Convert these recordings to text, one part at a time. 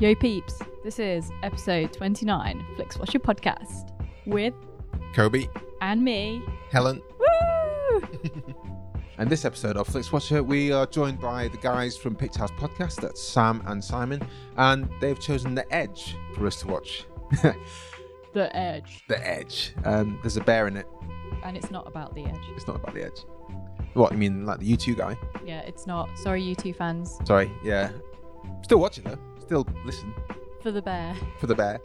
Yo peeps, this is episode 29, Flix Watcher Podcast, with Kobe, and me. Helen. Woo! And this episode of Flix Watcher, we are joined by the guys from Picked House Podcast, that's Sam and Simon, and they've chosen The Edge for us to watch. The Edge. The Edge. Um, there's a bear in it. And it's not about the edge. It's not about The Edge. What, you mean like the U2 guy? Yeah, it's not. Sorry, you two fans. Sorry, yeah. Still watching though. Still listen For the bear. for the bear.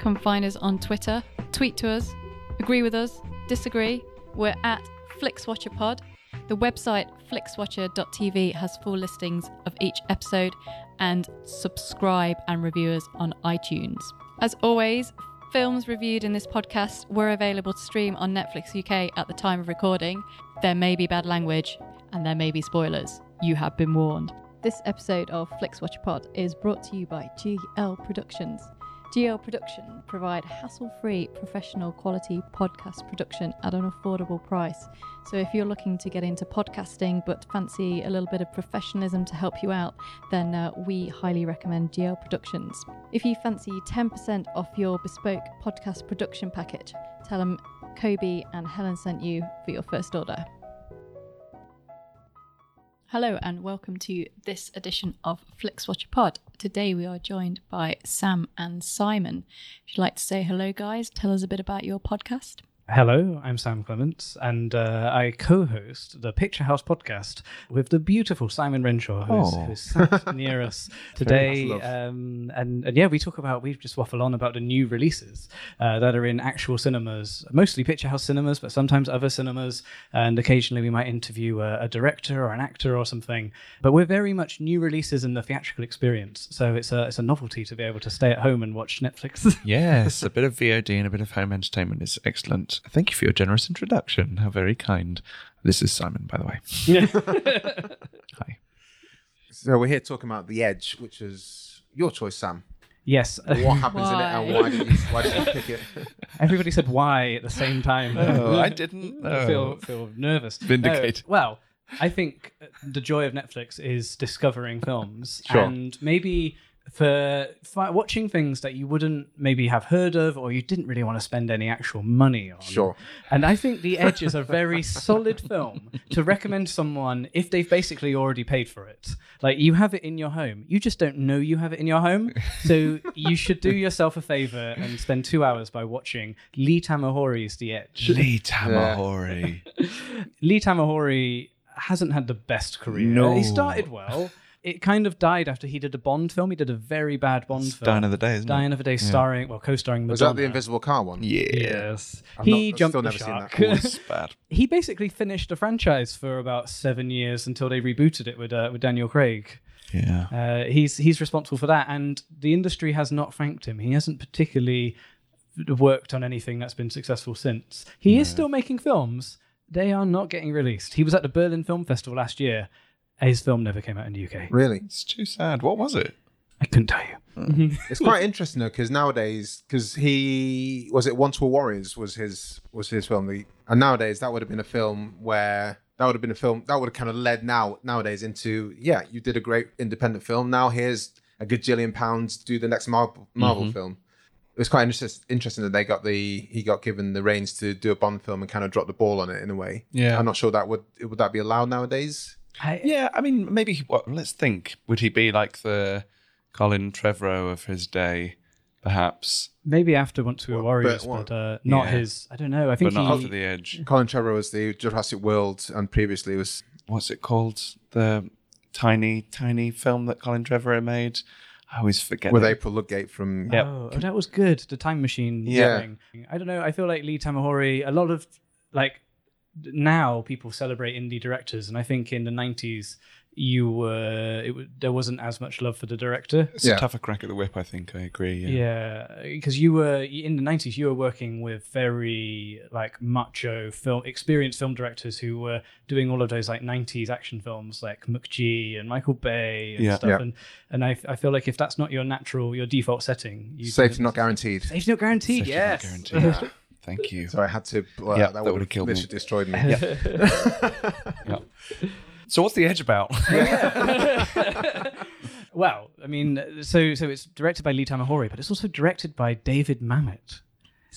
Come find us on Twitter, tweet to us, agree with us, disagree. We're at FlixWatcherPod. The website flixwatcher.tv has full listings of each episode and subscribe and review us on iTunes. As always, films reviewed in this podcast were available to stream on Netflix UK at the time of recording. There may be bad language and there may be spoilers. You have been warned. This episode of FlixWatcher Pod is brought to you by GL Productions. GL Production provide hassle-free, professional quality podcast production at an affordable price. So if you're looking to get into podcasting but fancy a little bit of professionalism to help you out, then uh, we highly recommend GL Productions. If you fancy 10% off your bespoke podcast production package, tell them Kobe and Helen sent you for your first order. Hello and welcome to this edition of FlixWatcher Pod. Today we are joined by Sam and Simon. If you'd like to say hello, guys, tell us a bit about your podcast. Hello, I'm Sam Clements, and uh, I co host the Picture House podcast with the beautiful Simon Renshaw, who's, Oh. who's sat near us today. love. Um, and, and yeah, we talk about, we just waffle on about the new releases uh, that are in actual cinemas, mostly Picture House cinemas, but sometimes other cinemas. And occasionally we might interview a, a director or an actor or something. But we're very much new releases in the theatrical experience. So it's a, it's a novelty to be able to stay at home and watch Netflix. Yes, a bit of VOD and a bit of home entertainment is excellent. Thank you for your generous introduction. How very kind. This is Simon, by the way. Hi. So we're here talking about The Edge, which is your choice, Sam. yes. What happens in it and why did you, why did you pick it? Everybody said why at the same time. Oh, I didn't. I Oh. feel feel nervous. Vindicated. No, well, I think the joy of Netflix is discovering films Sure. and maybe for fi- watching things that you wouldn't maybe have heard of or you didn't really want to spend any actual money on. Sure. And I think The Edge is a very solid film to recommend someone if they've basically already paid for it. Like you have it in your home, you just don't know you have it in your home. So you should do yourself a favor and spend two hours by watching Lee Tamahori's The Edge. Lee Tamahori. Lee Tamahori hasn't had the best career. No. He started well. It kind of died after he did a Bond film. He did a very bad Bond It's film. Dying of the Day, isn't Dying it? of the Day, starring, well, co starring Was Madonna. that the invisible car one? Yeah. Yes. I've He not- I've jumped still the never seen that. shark. Oh, it's bad. he basically finished the franchise for about seven years until they rebooted it with, uh, with Daniel Craig. Yeah. Uh, he's he's responsible for that, and the industry has not thanked him. He hasn't particularly worked on anything that's been successful since. He is still making films. They are not getting released. He was at the Berlin Film Festival last year. His film never came out in the UK. Really? It's too sad. What was it? I couldn't tell you. It's quite interesting though, because nowadays, because he was it Once Were Warriors was his was his film, the, and nowadays that would have been a film where that would have been a film that would have kind of led now nowadays into yeah, you did a great independent film. Now here's a gajillion pounds. Do the next Marvel, Marvel film. It was quite interest, interesting that they got the he got given the reins to do a Bond film and kind of dropped the ball on it in a way. Yeah. I'm not sure that would would that be allowed nowadays. I, Yeah, I mean, maybe, he- well, let's think. Would he be like the Colin Trevorrow of his day, perhaps? Maybe after Once We Were Warriors, what- but, uh, not Yeah. his. I don't know. I think But not he, after the edge. Colin Trevorrow was the Jurassic World, and previously was what's it called? The tiny, tiny film that Colin Trevorrow made. I always forget. with it. April Ludgate from Yep. Oh, oh, that was good. The time machine. Yeah. thing. I don't know. I feel like Lee Tamahori. A lot of like now people celebrate indie directors, and I think in the nineties you were it, w- there wasn't as much love for the director. It's Yeah. a tougher crack at the whip, I think. I agree. Yeah. Yeah, because you were in the nineties. You were working with very like macho film experienced film directors who were doing all of those like nineties action films like McGee and Michael Bay and Yeah. stuff. Yeah. And and I, I feel like if that's not your natural your default setting, you Safety Not Guaranteed. Safety not guaranteed. Safety yes. not guaranteed. Thank you. So I had to. Well, Yeah, that that would would've have killed killed me. literally destroyed me. So what's the edge about? Well, I mean, so so it's directed by Lee Tamahori, but it's also directed by David Mamet.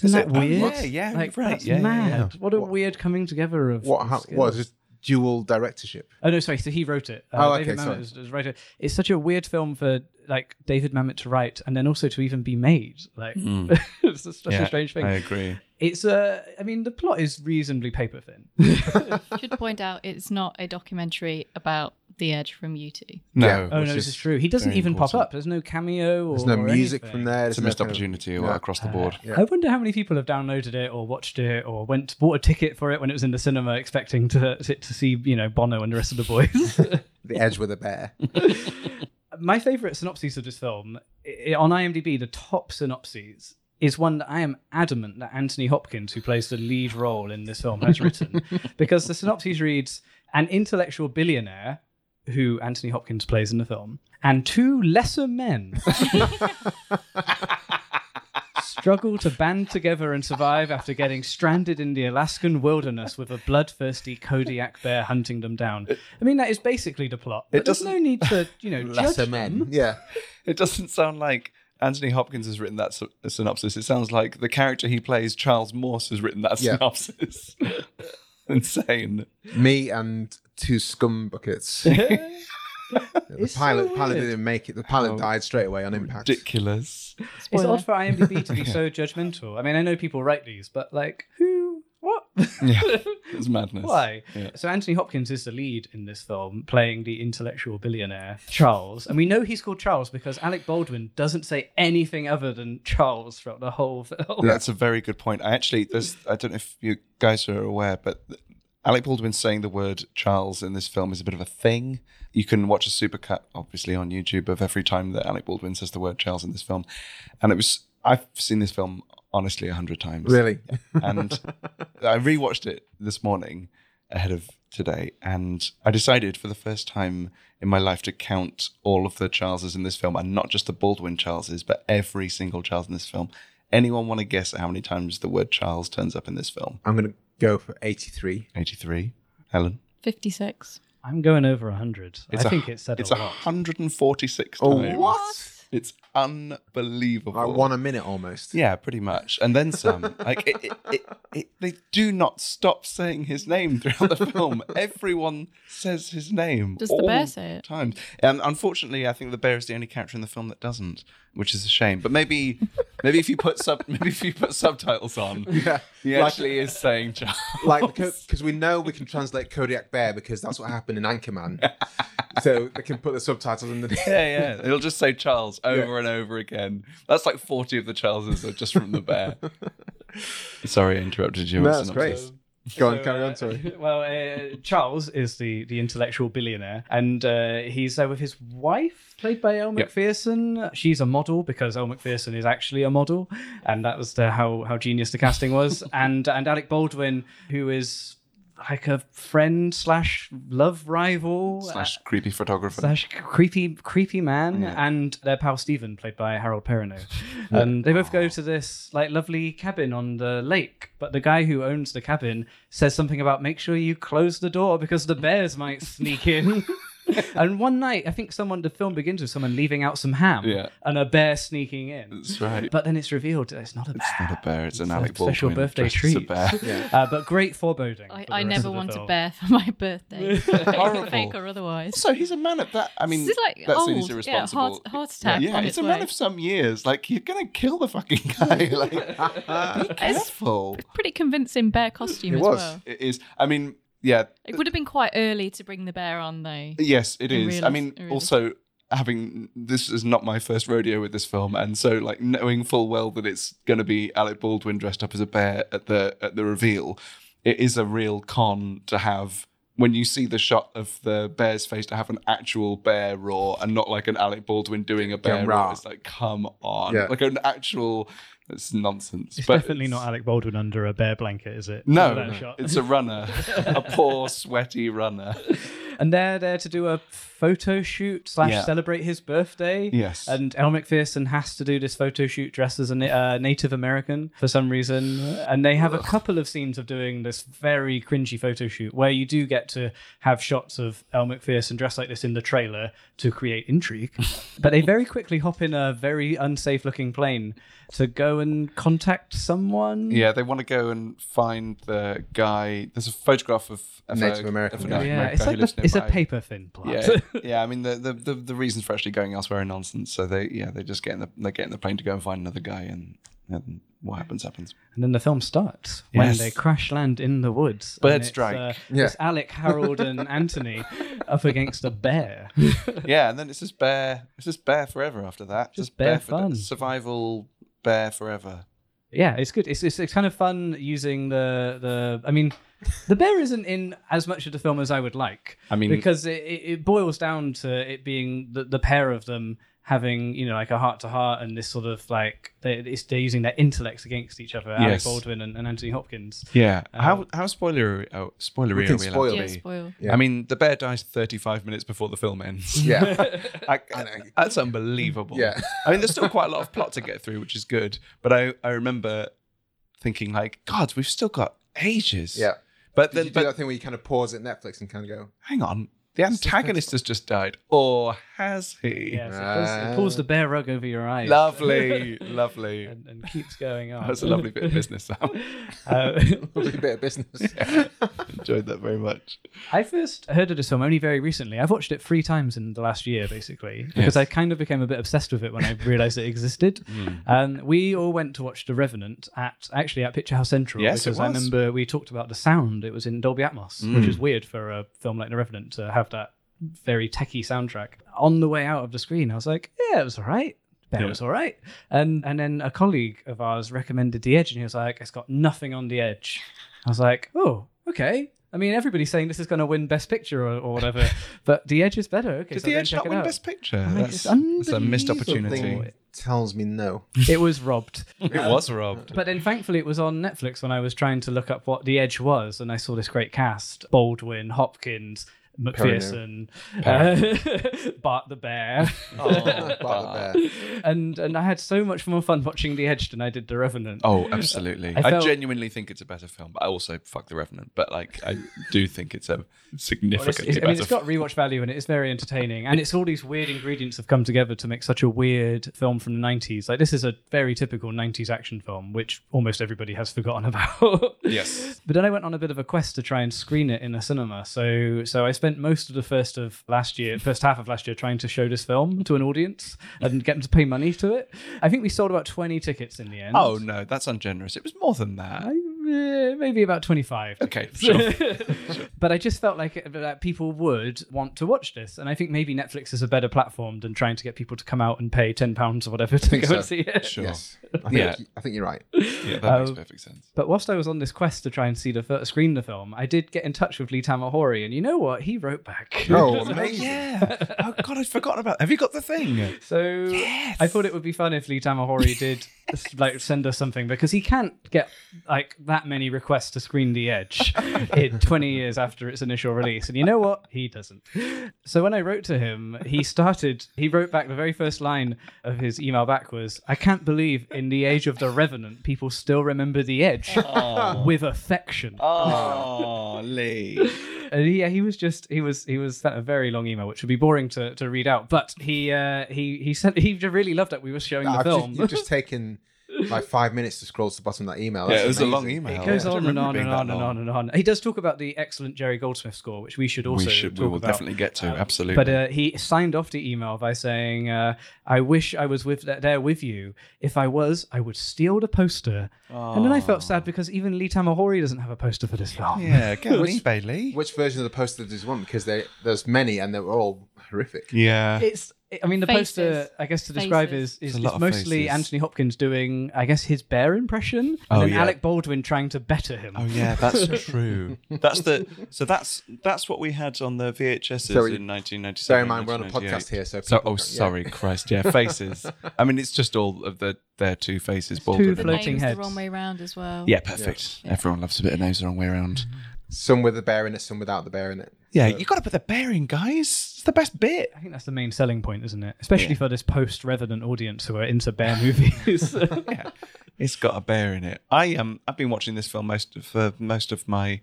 Isn't that it? Oh, weird? yeah, yeah, like, you're right. That's Yeah, yeah, mad. yeah. What a weird coming together of What? How, skills. what is this dual directorship? Oh no, sorry. So he wrote it. Uh, Oh, okay, David sorry. Mamet is, is writer. It's such a weird film for like David Mamet to write and then also to even be made. Like it's such a strange thing. I agree. It's uh, I mean, the plot is reasonably paper thin. Should point out it's not a documentary about the edge from you two. No. Yeah. oh no, Which this is is true. He doesn't very even pop important. up. There's no cameo. Or, There's no or music anything. from there. It's a there's no missed kind of- opportunity or yeah. across the board. Yeah. I wonder how many people have downloaded it or watched it or went bought a ticket for it when it was in the cinema, expecting to to, to see you know Bono and the rest of the boys. The edge with a bear. My favorite synopses of this film i- on IMDb, the top synopses is one that I am adamant that Anthony Hopkins, who plays the lead role in this film, has written because the synopsis reads an intellectual billionaire. Who Anthony Hopkins plays in the film, and two lesser men struggle to band together and survive after getting stranded in the Alaskan wilderness with a bloodthirsty Kodiak bear hunting them down. I mean, that is basically the plot. But there's doesn't- no need to, you know, judge Lesser men. Yeah. It doesn't sound like Anthony Hopkins has written that sy- synopsis. It sounds like the character he plays, Charles Morse, has written that Yeah. synopsis. Insane. Me and two scum buckets. the pilot, pilot didn't make it. The pilot Oh. died straight away on impact. Ridiculous. It's odd for IMDb to be so judgmental. I mean, I know people write these, but like, who? What? Yeah. It's madness. Why? Yeah. So Anthony Hopkins is the lead in this film, playing the intellectual billionaire Charles, and we know he's called Charles because Alec Baldwin doesn't say anything other than Charles throughout the whole film. That's a very good point. I actually, there's, I don't know if you guys are aware, but Alec Baldwin saying the word Charles in this film is a bit of a thing. You can watch a supercut, obviously, on YouTube of every time that Alec Baldwin says the word Charles in this film. And it was, I've seen this film honestly a hundred times. Really? and I rewatched it this morning ahead of today, and I decided for the first time in my life to count all of the Charleses in this film, and not just the Baldwin Charleses, but every single Charles in this film. Anyone want to guess how many times the word Charles turns up in this film? I'm gonna go for 83. 83. Helen, 56. I'm going over hundred. I a- think it's said it's a lot. 146 Oh, times. what? It's unbelievable. Like one a minute almost. Yeah, pretty much, and then some. Like it, it, it, it, they do not stop saying his name throughout the film. Everyone says his name. Does the bear all say it? Times, and unfortunately, I think the bear is the only character in the film that doesn't, which is a shame. But maybe, maybe if you put sub, maybe if you put subtitles on, yeah, he like- actually is saying Charles. Like, because we know we can translate Kodiak Bear because that's what happened in Anchorman. so they can put the subtitles underneath. yeah, yeah. It'll just say Charles over and over again. That's like forty of the Charleses are just from the bear. Sorry, I interrupted you. No, with that's great. synopsis. Go on, So, carry uh, on. Sorry. well, uh, Charles is the, the intellectual billionaire, and uh, he's there with his wife, played by Elle Yep. McPherson. She's a model because Elle McPherson is actually a model, and that was the, how how genius the casting was. and and Alec Baldwin, who is like a friend slash love rival Slash creepy photographer. slash creepy creepy man and their pal Stephen played by Harold Perrineau. Um, they both go to this like lovely cabin on the lake, but the guy who owns the cabin says something about make sure you close the door because the bears might sneak in. and one night, I think someone the film begins with someone leaving out some ham Yeah. and a bear sneaking in. That's right. But then it's revealed that it's not a bear. It's not a bear. It's an Alec a special Baldwin birthday dressed as a treat. bear. Uh, but great foreboding. I, for the I rest never of the want a film. bear for my birthday. Horrible. Fake or otherwise. So he's a man of that. I mean, This is like that old. scene is Yeah, irresponsible. heart- heart attack Yeah, on its it's a man way. of some years. Like you're gonna kill the fucking guy. Ah. Like, be careful. Pretty convincing bear costume It as was. well. It is. I mean, yeah. It would have been quite early to bring the bear on, though. Yes, it is. I realis- mean, realis- also having this is not my first rodeo with this film, and so like knowing full well that it's going to be Alec Baldwin dressed up as a bear at the at the reveal, it is a real con to have when you see the shot of the bear's face to have an actual bear roar and not like an Alec Baldwin doing a bear Yeah, roar. rah. It's like come on, Yeah. like an actual. It's nonsense. It's definitely not Alec Baldwin under a bear blanket, is it? No, That no, shot. it's a runner, a poor sweaty runner. and they're there to do a photo shoot slash Yeah. celebrate his birthday. Yes. And El McPherson has to do this photo shoot dressed as a na- uh, Native American for some reason. And they have a couple of scenes of doing this very cringy photo shoot where you do get to have shots of El McPherson dressed like this in the trailer to create intrigue. but they very quickly hop in a very unsafe looking plane to go and contact someone. Yeah, they want to go and find the guy. There's a photograph of, of Native a, American of a guy. Native Yeah, American it's guy like who lives the- it's a nearby. paper thin plant. Yeah, yeah. I mean, the, the the the reasons for actually going elsewhere are nonsense. So they yeah they just get in the they get in the plane to go and find another guy, and, and what happens happens. And then the film starts when Yes. they crash land in the woods. Bird and it's, strike. Uh, Yeah. It's Alec, Harold, and Anthony up against a bear. Yeah, and then it's just bear. It's just bear forever after that. Just, bear for fun. survival bear forever. yeah, it's good. It's, it's it's kind of fun using the the. I mean, the bear isn't in as much of the film as I would like. I mean- because it, it it boils down to it being the the pair of them having you know like a heart to heart and this sort of like they it's, they're using their intellects against each other. Alec Yes. Baldwin and, and Anthony Hopkins. Yeah. how how spoiler oh, spoilery We can are we spoil allowed to Yeah, it. be? spoil. Yeah. I mean, the bear dies 35 minutes before the film ends. Yeah. I, know. that's unbelievable. Yeah. I mean, there's still quite a lot of plot to get through, which is good. But I, I remember thinking, like, God, we've still got ages. yeah. But Did then, you do but that thing where you kind of pause at Netflix and kind of go, hang on, the antagonist has just died, or has he? Yeah, so it, pulls, it pulls the bear rug over your eyes. Lovely, lovely. and, and keeps going on. That's a lovely bit of business, Sam. Uh, probably a bit of business. Enjoyed that very much. I first heard of this film only very recently. I've watched it three times in the last year, basically, because I kind of became a bit obsessed with it when I realised it existed. Hmm. Um, we all went to watch The Revenant at actually at Picture House Central. Yes, it because I was. Hmm. remember we talked about the sound. It was in Dolby Atmos, which is weird for a film like The Revenant to have that very techie soundtrack. On the way out of the screen, I was like, "Yeah, it was all right." That was all right. And and then a colleague of ours recommended The Edge, and he was like, "It's got nothing on The Edge." I was like, "Oh, okay." I mean, everybody's saying this is going to win Best Picture or, or whatever, but The Edge is better. Okay, Did so the then Edge check not it win out. Best Picture? mean, that's, it's that's a missed unbelievable. opportunity. Thing tells me no. It was robbed. It was robbed. But then thankfully it was on Netflix when I was trying to look up what The Edge was and I saw this great cast Baldwin, Hopkins, McPherson, uh, Bart the Bear. Bart the bear. and and I had so much more fun watching The Edge than I did The Revenant. Oh, absolutely. I I, felt- genuinely think it's a better film, but I also fuck The Revenant. But like, I do think it's a It's- significantly it's- I better. mean, it's got rewatch value and it is very entertaining. And it's all these weird ingredients have come together to make such a weird film from the 90s. Like, this is a very typical 90s action film, which almost everybody has forgotten about. yes. But then I went on a bit of a quest to try and screen it in a cinema. So so I spent most of the first of last year, first half of last year, trying to show this film to an audience and get them to pay money to it. I think we sold about twenty tickets in the end. Oh no, that's ungenerous. It was more than that. I- eh, maybe about twenty five. Okay, sure. But I just felt like uh, that people would want to watch this, and I think maybe Netflix is a better platform than trying to get people to come out and pay ten pounds or whatever to go so. and see it. Sure. Yes. I think, Yeah. I think you're right. Yeah, that makes perfect sense. But whilst I was on this quest to try and see the fir- screen the film, I did get in touch with Lee Tamahori, and you know what? He wrote back. Oh, amazing. Yeah. Oh god, I'd forgotten about. Have you got the thing? So I thought it would be fun if Lee Tamahori did like send us something because he can't get like that many requests to screen The Edge in 20 years after its initial release. And you know what? He doesn't. So when I wrote to him, he started. He wrote back the very first line of his email back was, "I can't believe in the age of the Revenant, people still remember The Edge with affection." Oh, Lee. and he, yeah, he was just he was he was sent a very long email, which would be boring to, to read out. But he uh, he he sent he really loved that we were showing the I've just, film. you've just taken like five minutes to scroll to the bottom of that email. Yeah, That's it was a amazing. long email. It goes I on don't and remember on it being and that on and long. on and on. He does talk about the excellent Jerry Goldsmith score, which we should also We should. We talk will about. definitely get to. Absolutely. But uh, he signed off the email by saying, uh, "I wish I was with there with you. If I was, I would steal the poster." And then I felt sad because even Lee Tamahori doesn't have a poster for this film. Ah. yeah, get on eBay, Lee. Which version of the poster does you want? Because they, there's many and they were all horrific. Yeah. it's I mean the poster Faces. I guess to describe Faces. is is, It's a is lot of mostly faces. Anthony Hopkins doing I guess his bear impression and Oh, then yeah. Alec Baldwin trying to better him. Oh yeah, that's true. That's the so that's that's what we had on the VHSs Sorry. in 1997. Bear in mind, we're on a 1998. podcast here, so so people oh can't- yeah. sorry, Christ, yeah, faces. I mean, it's just all of the their two faces, Baldwin. two The and- floating name's heads. the wrong way round as well. Yeah, perfect. Everyone loves a bit of nose the wrong way around. Some with the bear in it, some without the bear in it. Yeah, you got to put the bear in, guys. It's the best bit. I think that's the main selling point, isn't it? Especially for this post-revenant audience who are into bear movies. yeah, it's got a bear in it. I um, I've been watching this film most of, for most of my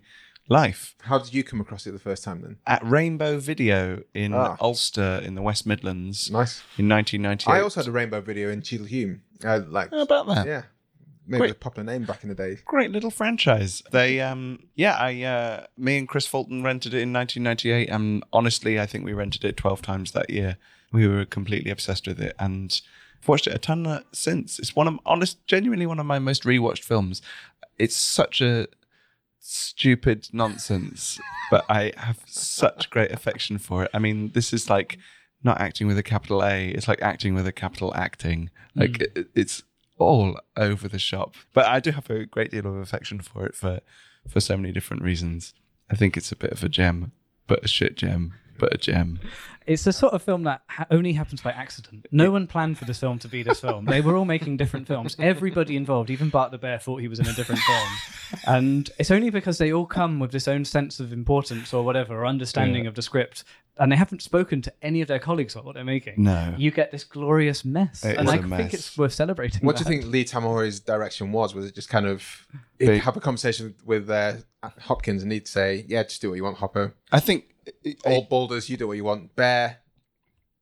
life How did you come across it the first time then? at Rainbow Video in Ah. Ulster in the West Midlands Nice. in 1998. I also had a rainbow video in Cheadle Hume. Uh, like, How about that? yeah, maybe it was a popular name back in the day. great little franchise. They, um, yeah, I, uh, me and Chris Fulton rented it in 1998, and honestly, I think we rented it 12 times that year. We were completely obsessed with it, and I've watched it a ton uh, since. It's one of, honest, genuinely one of my most rewatched films. It's such a stupid nonsense, but I have such great affection for it. I mean, this is like not acting with a capital A. It's like acting with a capital acting. Like it, it's all over the shop. But I do have a great deal of affection for it for for so many different reasons. I think it's a bit of a gem, but a shit gem, but a gem. It's the sort of film that ha- only happens by accident. No one planned for this film to be this film. They were all making different films. Everybody involved, even Bart the Bear, thought he was in a different film. And it's only because they all come with this own sense of importance or whatever, or understanding of the script, and they haven't spoken to any of their colleagues about what they're making. No. You get this glorious mess. It and is I a think mess. it's worth celebrating. What do that. you think Lee Tamori's direction was? Was it just kind of he'd Big- have a conversation with uh, Hopkins and he'd say, "Yeah, just do what you want, Hopper," I think or Boulders, "You do what you want, Bear."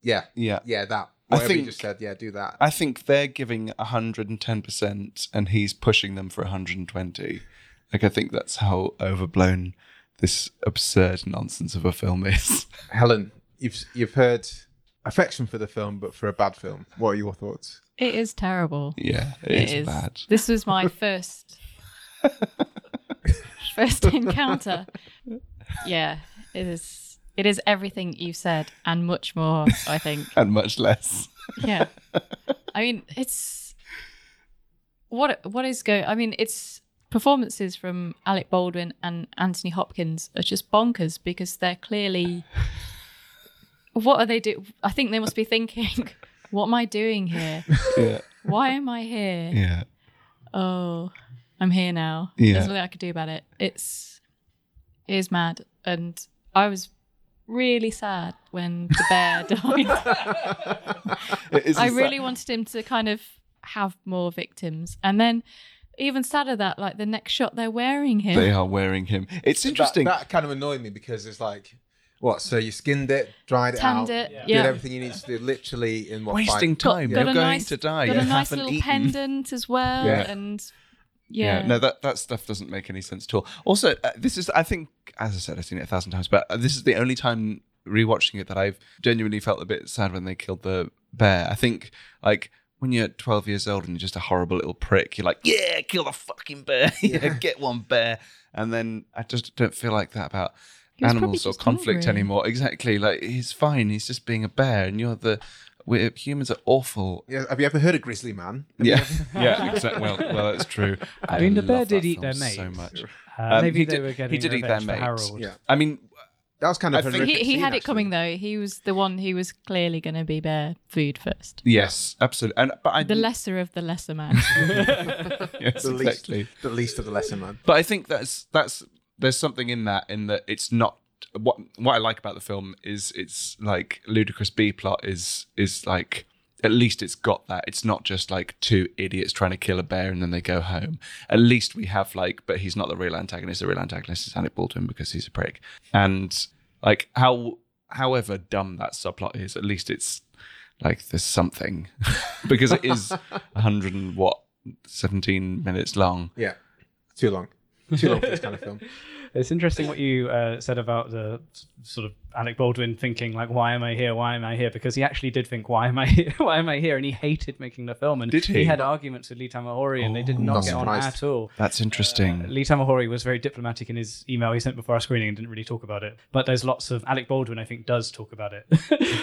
Yeah, yeah. yeah, that. I Whatever you think- just said, yeah, do that. I think they're giving 110% and he's pushing them for 120. Like I think that's how overblown this absurd nonsense of a film is. Helen, you've you've heard affection for the film, but for a bad film. What are your thoughts? It is terrible. yeah, it is, bad. This was my first first encounter. Yeah, it is. It is everything you said and much more. I think. And much less. Yeah. I mean, it's what what is going. I mean, it's performances from Alec Baldwin and Anthony Hopkins are just bonkers because they're clearly. What are they do? I think they must be thinking, "What am I doing here? Yeah. Why am I here?" Yeah. oh, I'm here now. Yeah. There's nothing I could do about it. It's it is mad, and I was really sad when the bear died. It is I exa- really wanted him to kind of have more victims, and then even sadder that like the next shot they're wearing him. they are wearing him. It's interesting. That, that kind of annoyed me because it's like, what? So you skinned it, dried it Tanned out, it, did yeah. everything you need to do, literally in what wasting five- time. got You're a going nice- to die. Got you a nice haven't little eaten. pendant as well, Yeah. and yeah, No, that that stuff doesn't make any sense at all. Also, uh, this is I think as I said, I've seen it a thousand times, but uh, this is the only time rewatching it that I've genuinely felt a bit sad when they killed the bear. I think like. When you're 12 years old and you're just a horrible little prick, you're like, "Yeah, kill the fucking bear. yeah, get one bear." And then I just don't feel like that about was probably animals or just conflict hungry. anymore. Exactly. Like he's fine. He's just being a bear, and you're the we're, humans are awful Yeah, have you ever heard of Grizzly Man? yeah, yeah, exactly. Well, well, that's true. I mean, the love bear that did eat film their mate. so much. Uh, Um, maybe he they did- were he getting did eat their revenge for mate. Harold. Yeah. I mean, That was kind of. I think- he, horrific he scene, had it coming actually. though. He was the one who was clearly going to be bear food first. yes, absolutely. And but I The lesser of the lesser man. yes, The least, exactly. the least of the lesser man. But I think that's that's there's something in that in that it's not what what I like about the film is it's like ludicrous B plot is is like at least it's got that. It's not just like two idiots trying to kill a bear and then they go home. At least we have like, but he's not the real antagonist. The real antagonist is Alec Baldwin because he's a prick. And like how however dumb that subplot is, at least it's like there's something because it is 100 and what 17 minutes long. Yeah, too long, too long for this kind of film. It's interesting what you uh, said about the s- sort of Alec Baldwin thinking like, "Why am I here? Why am I here?" Because he actually did think, "Why am I here? Why am I here?" And he hated making the film. And Did he? had arguments with Lee Tamahori, and they did not, not get on surprised. at all. That's interesting. Lee Tamahori was very diplomatic in his email he sent before our screening and didn't really talk about it. But there's lots of Alec Baldwin, I think, does talk about it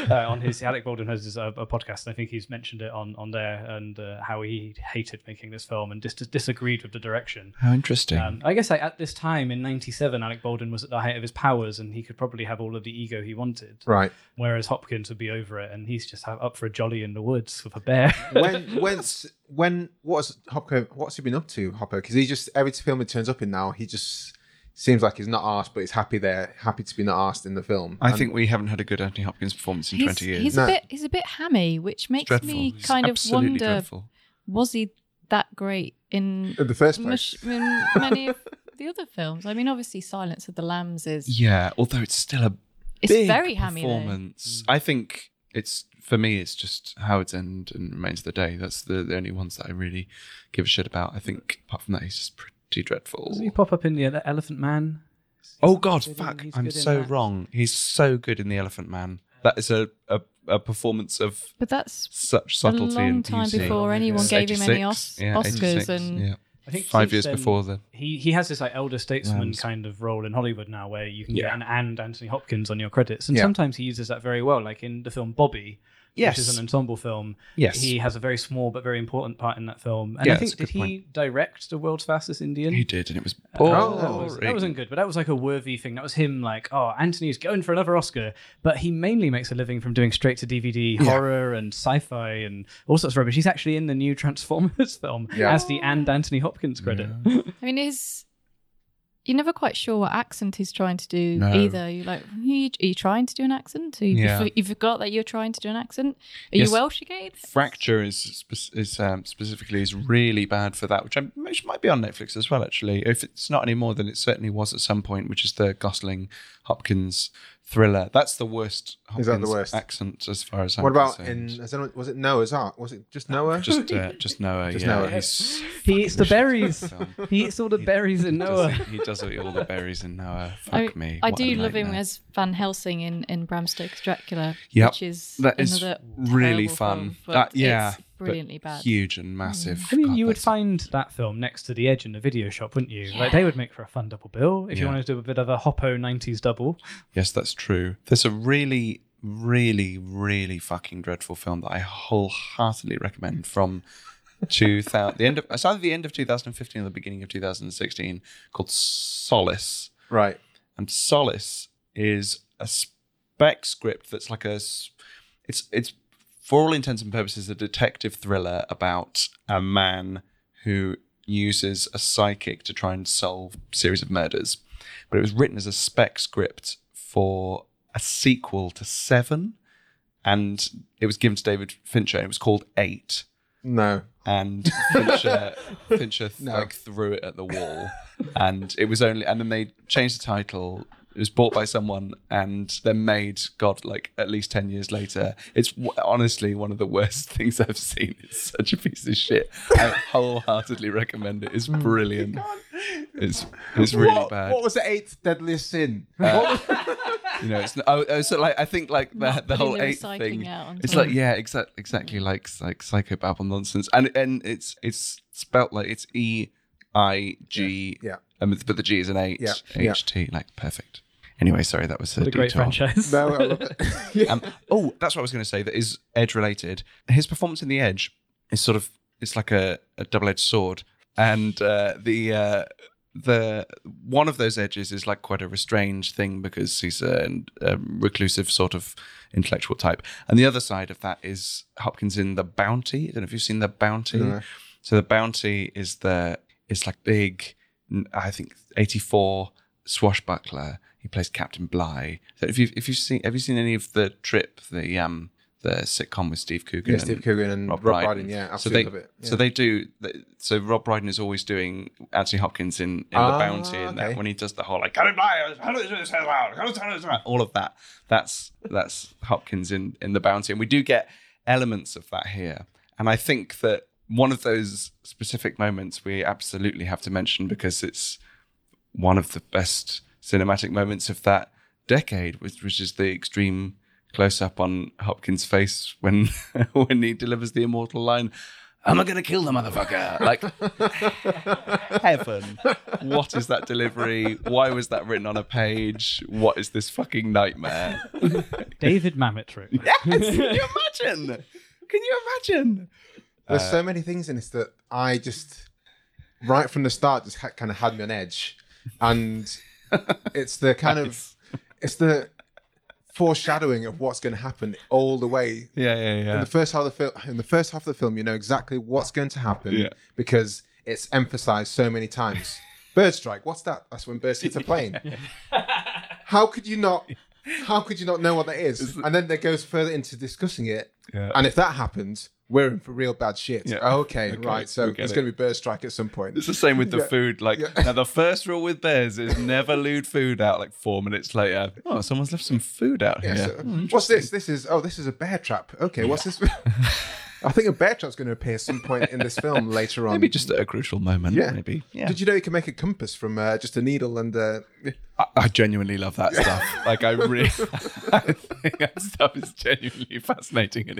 uh, on his. Alec Baldwin has his, uh, a podcast, and I think he's mentioned it on on there and uh, how he hated making this film and dis- disagreed with the direction. How interesting. Um, I guess like, at this time in '97, Alec Baldwin was at the height of his powers, and he could probably have all of the ego he wanted. Right. Whereas Hopkins would be over it, and he's just ha- up for a jolly in the woods with a bear. When when when what's Hopper? What's he been up to, Hopper? Because he just every film he turns up in now, he just seems like he's not asked, but he's happy there, happy to be not asked in the film. I And think we haven't had a good Anthony Hopkins performance in he's, 20 years. he's No. a bit he's a bit hammy, which makes dreadful. me He's kind of absolutely wonder dreadful. was he that great in in the first place. mush, in many of the other films? I mean, obviously, Silence of the Lambs is Yeah, although it's still a it's big very hammy. Though. performance. Mm. I think it's for me. It's just Howard's End and Remains of the Day. That's the, the only ones that I really give a shit about. I think apart from that, he's just pretty dreadful. Does he pop up in the Ele- Elephant Man? Oh God, He's good in- fuck! he's I'm good in so that. wrong. He's so good in The Elephant Man. That is a a, a performance of But that's such a subtlety long and time beauty. before Yeah. anyone It's gave him any 86, os- yeah, Oscars, 86, and yeah. I think five since years then, before the He he has this like elder statesman Rams. kind of role in Hollywood now, where you can Yeah. get an and Anthony Hopkins on your credits, and Yeah. sometimes he uses that very well, like in the film Bobby. Which is an ensemble film. Yes. He has a very small but very important part in that film. And Yeah, I think, that's a did good he direct The World's Fastest Indian? He did, and it was boring. Oh, that, was, that wasn't good, but that was like a worthy thing. That was him, like, oh, Anthony's going for another Oscar. But he mainly makes a living from doing straight to DVD horror and sci fi and all sorts of rubbish. He's actually in the new Transformers film Yeah. as the and Anthony Hopkins credit. I mean, his you're never quite sure what accent he's trying to do No. either. You're like, are you, are you trying to do an accent? Are you, Yeah. you forgot that you're trying to do an accent. Are Yes. you Welsh again? Fracture is spe- is um, specifically is really bad for that, which, I, which might be on Netflix as well. Actually, if it's not anymore, then it certainly was at some point, which is the Gosling Hopkins thriller. That's the worst. Hopkins Is that the worst? accent as far as I'm What about in? concerned. Has anyone, was it Noah's Ark? Was it just Noah? just uh, just Noah? Just yeah, Noah. he's He eats the berries. film. he eats all the berries in does Noah. it- he does it all the berries in Noah. Fuck I, me. I what a do love him nightmare. as Van Helsing in, in Bram Stoker's Dracula, Yep. which is That is another really terrible fun. film, but that yeah, it's but brilliantly bad. Mm. huge and massive. I mean, God, you would that's- find that film next to The Edge in the video shop, wouldn't you? Like, they would make for a fun double bill if you Yeah. wanted to do a bit of a hoppo 90s double. Yes, that's true. There's a really, really, really fucking dreadful film that I wholeheartedly recommend from 2000, the end of, it's either the end of 2015 or the beginning of 2016 called Solace. Right. And Solace is a spec script that's like a, s- it's, it's for all intents and purposes, a detective thriller about a man who uses a psychic to try and solve a series of murders but it was written as a spec script for a sequel to Seven, and it was given to David Fincher. and It was called Eight, No. and Fincher, Fincher No. like threw it at the wall, and it was only. And then they changed the title. It was bought by someone and then made. God, like at least ten years later, it's w- honestly one of the worst things I've seen. It's such a piece of shit. I wholeheartedly recommend it. It's brilliant. It's it's really Oh what, bad. What was the eighth deadliest sin? You know, it's oh, oh, so like I think like the, the putting whole the eighth recycling thing. out on It's time. like yeah, exactly, exactly like like psychobabble nonsense, and and it's it's spelt like it's E I G, Yeah, yeah. um, but the G is an H, Yeah, yeah. H T, like perfect. Anyway, sorry, that was a, What a great detour. franchise. no, I love it. Yeah. Um, oh, that's what I was going to say. That is Edge related. His performance in The Edge is sort of it's like a, a double edged sword, and uh, the uh, the one of those edges is like quite a restrained thing because he's a, a reclusive sort of intellectual type, and the other side of that is Hopkins in The Bounty. I don't know if you've seen The Bounty. No. So The Bounty is the it's like big. I think eighty four swashbuckler. He plays Captain Bligh. So if you if you've seen have you seen any of the Trip the um the sitcom with Steve Coogan? Yeah, Steve Coogan and Rob, Brydon. Yeah, absolutely so love they, uh, it. So Yeah. they do. So Rob Brydon is always doing Anthony Hopkins in, in Ah, the Bounty, and that okay. when he does the whole like Captain Bligh, how do you do this? How do you do this?" all of that. That's that's Hopkins in in the Bounty, and we do get elements of that here. And I think that one of those specific moments we absolutely have to mention because it's one of the best cinematic moments of that decade, which, which is the extreme close up on Hopkins' face when when he delivers the immortal line, "Am I going to kill the motherfucker?" Like heaven. What is that delivery? Why was that written on a page? What is this fucking nightmare? David Mamet route. Yes, can you imagine? Can you imagine? There's so many things in this that I just, right from the start, just ha- kind of had me on edge, and it's the kind of, it's the foreshadowing of what's going to happen all the way Yeah, yeah, in yeah. the first half of the film. In the first half of the film, you know exactly what's going to happen Yeah. because it's emphasized so many times. Bird strike. What's that? That's when birds hit a plane. how could you not? How could you not know what that is? And then that goes further into discussing it. Yeah. And if that happens, we're in for real bad shit. Yeah. Oh, Okay, Okay, right. So we get there's it. going to be bird strike at some point. It's the same with the Yeah. food. Like Yeah. now, the first rule with bears is never leave food out. Like four minutes later, oh, someone's left some food out here. Hmm. Yeah, so- um, what's this? This is oh, this is a bear trap. Okay, what's this? I think a bear trap's going to appear at some point in this film later on. Maybe just at a crucial moment. Yeah. Maybe. Yeah. Did you know you can make a compass from uh, just a needle and uh, I, I genuinely love that stuff. Like I really, I think that stuff is genuinely fascinating and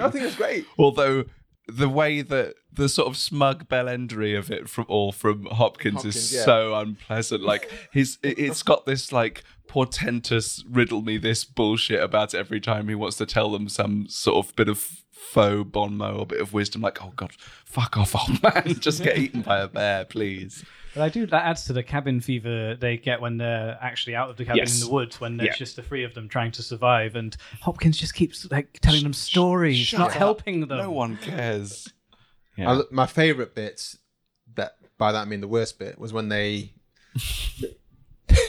I think it's great. Although the way that the sort of smug bellendry of it from all from Hopkins, Hopkins, is yeah. so unpleasant. Like his, it- it's got this like portentous riddle me this bullshit about it every time he wants to tell them some sort of bit of faux bon mot or bit of wisdom. Like, oh god, fuck off, old man, just get eaten by a bear, please. But I do. That adds to the cabin fever they get when they're actually out of the cabin Yes. in the woods, when there's Yeah. just the three of them trying to survive, and Hopkins just keeps like telling them stories, shut not up. helping them. No one cares. I l my favorite bits that by that I mean the worst bit was when they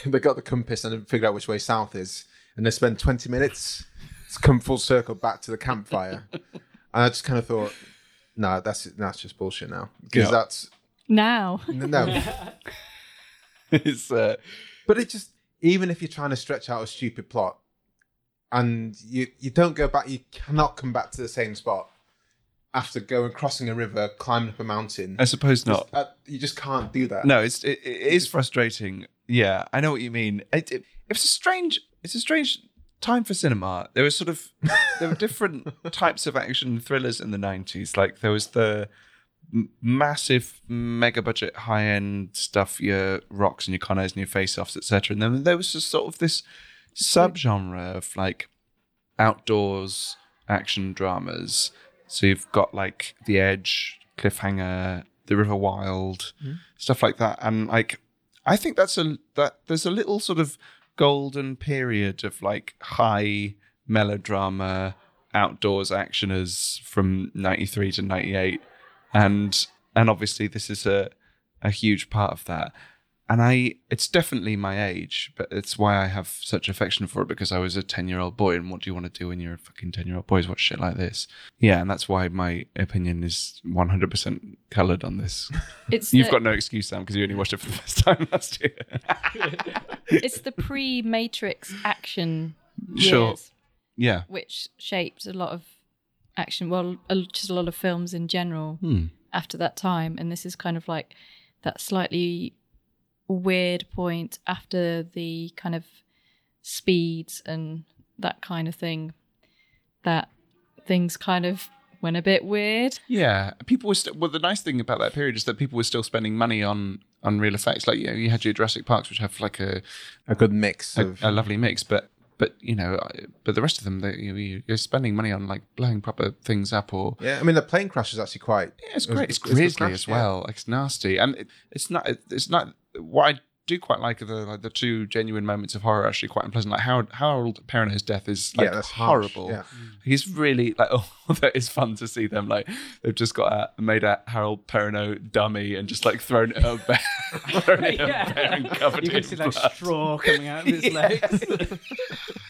they got the compass and figured out which way south is, and they spend twenty minutes to come full circle back to the campfire. and I just kind of thought, no, that's that's just bullshit now because Yeah. that's Now. no. it's uh, But it just even if you're trying to stretch out a stupid plot and you you don't go back, you cannot come back to the same spot after going crossing a river, climbing up a mountain. I suppose not. Uh, you just can't do that. No, it's it, it is frustrating. Yeah, I know what you mean. It, it, it's a strange it's a strange time for cinema. There was sort of there were different types of action thrillers in the nineties. Like there was the m- massive mega budget high end stuff, your rocks and your Con Airs and your face offs, etc. And then there was just sort of this subgenre of like outdoors action dramas. So you've got like The Edge, Cliffhanger, The River Wild, stuff like that. And like, I think that's a that there's a little sort of golden period of like high melodrama outdoors actioners from 93 to 98 and and obviously this is a a huge part of that and i it's definitely my age but it's why i have such affection for it because i was a 10 year old boy and what do you want to do when you're a fucking 10 year old boy is watch shit like this yeah and that's why my opinion is 100% colored on this It's you've the, got no excuse sam because you only watched it for the first time last year it's the pre Matrix action Sure. years, yeah which shaped a lot of action, well, a, just a lot of films in general Hmm. after that time. And this is kind of like that slightly weird point after the kind of speeds and that kind of thing that things kind of went a bit weird. Yeah, people were still. Well, the nice thing about that period is that people were still spending money on on real effects. Like you, know, you had your Jurassic Parks, which have like a A good mix a, of a lovely mix, but but you know, I- but the rest of them, they, you, you're spending money on like blowing proper things up or. yeah. I mean, the plane crash is actually quite. Yeah, it's it was- great. It's it was the grisly crash, as yeah. well. Like, It's nasty, and it, it's not. It, it's not. What I do quite like are the like the two genuine moments of horror. are Actually, quite unpleasant. Like Harold Harold Perrineau's death is like yeah, that's harsh. horrible. Yeah. He's really like, oh, that is fun to see them. Like, they've just got a, made a Harold Perrineau dummy and just like thrown it up there, thrown it up there and covered You it in can see like blood. straw coming out of his legs.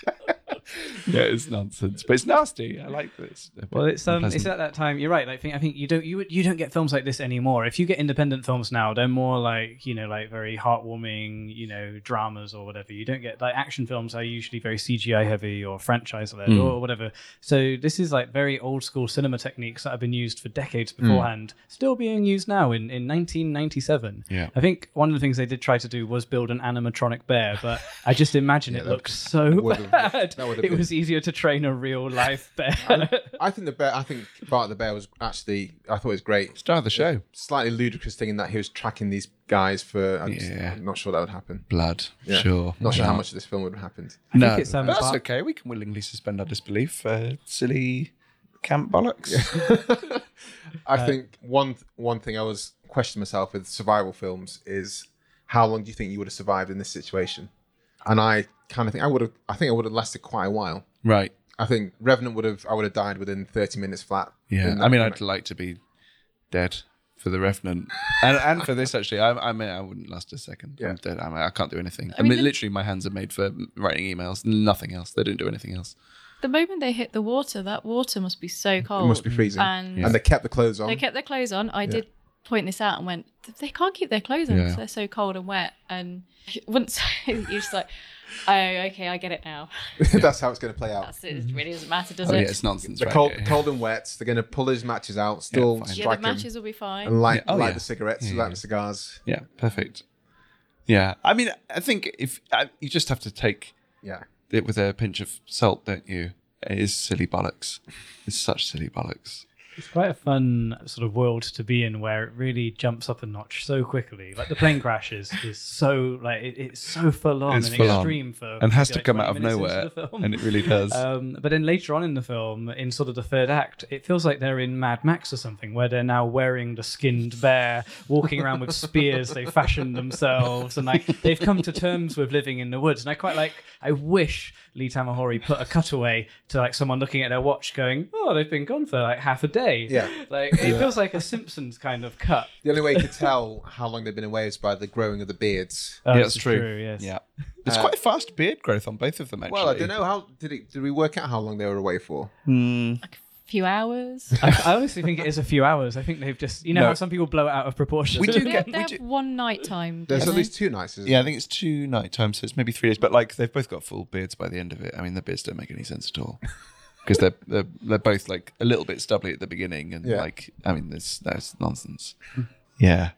Yeah, it's nonsense, but it's nasty. I like this. Well, it's um, it's Unpleasant. at that time. You're right. Like, I think I think you don't you you don't get films like this anymore. If you get independent films now, they're more like you know like very heartwarming you know dramas or whatever. You don't get like action films are usually very CGI heavy or franchise led Hmm. or whatever. So this is like very old school cinema techniques that have been used for decades Hmm. beforehand, still being used now in in 1997. Yeah. I think one of the things they did try to do was build an animatronic bear, but I just imagine it that looked so would've- bad. that would've It been- was easier to train a real life bear. I think the bear. I think part of the bear was actually. I thought it was great. Star of the show. Slightly ludicrous thing in that he was tracking these guys for. I'm, just- Yeah. I'm not sure that would happen. Blood. Yeah. Sure. Not sure Yeah. how much of this film would have happened. I no, think it's, um, but that's Bar- okay. We can willingly suspend our disbelief for silly camp bollocks. I Uh, think one one thing I was questioning myself with survival films is how long do you think you would have survived in this situation? And I kind of think I would have. I think I would have lasted quite a while. Right. I think Revenant would have. I would have died within thirty minutes flat. Yeah. In that- I mean, I'd like to be dead. for the Revenant and and for this actually. I, I mean, I wouldn't last a second. Yeah. I'm dead. I, mean, I can't do anything. I mean, mean, the- literally, my hands are made for writing emails. Nothing else. They didn't do anything else. The moment they hit the water, that water must be so cold. It must be freezing. Oh, And And they kept the clothes on. they kept their clothes on. I did point this out and went, they can't keep their clothes on Yeah. because they're so cold and wet. And once you're just like, oh, okay, I get it now. That's how it's going to play out. That's it. It really doesn't matter, does Oh, it? yeah, it's nonsense. They're right? cold, Yeah, yeah. cold and wet. They're going to pull his matches out, still fine. Yeah, strike the him, matches will be fine. and light, Yeah, oh, light yeah. the cigarettes, Yeah, light yeah. the cigars. Yeah, perfect. Yeah, I mean, I think if I, you just have to take Yeah, it with a pinch of salt, don't you? It is silly bollocks. It's such silly bollocks. It's quite a fun sort of world to be in where it really jumps up a notch so quickly. Like the plane crashes is so like it, it's so full on It's and full on. extreme for and has maybe, to like, come 20 out of minutes into nowhere, the film. and it really does. Um, but then later on in the film, in sort of the third act, it feels like they're in Mad Max or something, where they're now wearing the skinned bear, walking around with spears they fashioned themselves, and like they've come to terms with living in the woods. And I quite like. I wish Lee Tamahori put a cutaway to like someone looking at their watch, going, "Oh, they've been gone for like half a day." Yeah. like it feels like a Simpsons kind of cut. the only way you could tell how long they've been away is by the growing of the beards. Oh, yeah, this it's is true. yes. Yeah, Uh, it's quite fast beard growth on both of them. Actually, Well, I don't know how did it. Did we work out how long they were away for? Like a few hours. I, I honestly think it is a few hours. I think they've just, you know, No. how some people blow it out of proportion. We do They get- have, they we have do- one night time. There's don't at they? least two nights. Isn't Yeah, I think it's two night times, so it's maybe three days. But like, they've both got full beards by the end of it. I mean, their beards don't make any sense at all because they're, they're they're both like a little bit stubbly at the beginning, and Yeah. like, I mean, this that's nonsense. yeah,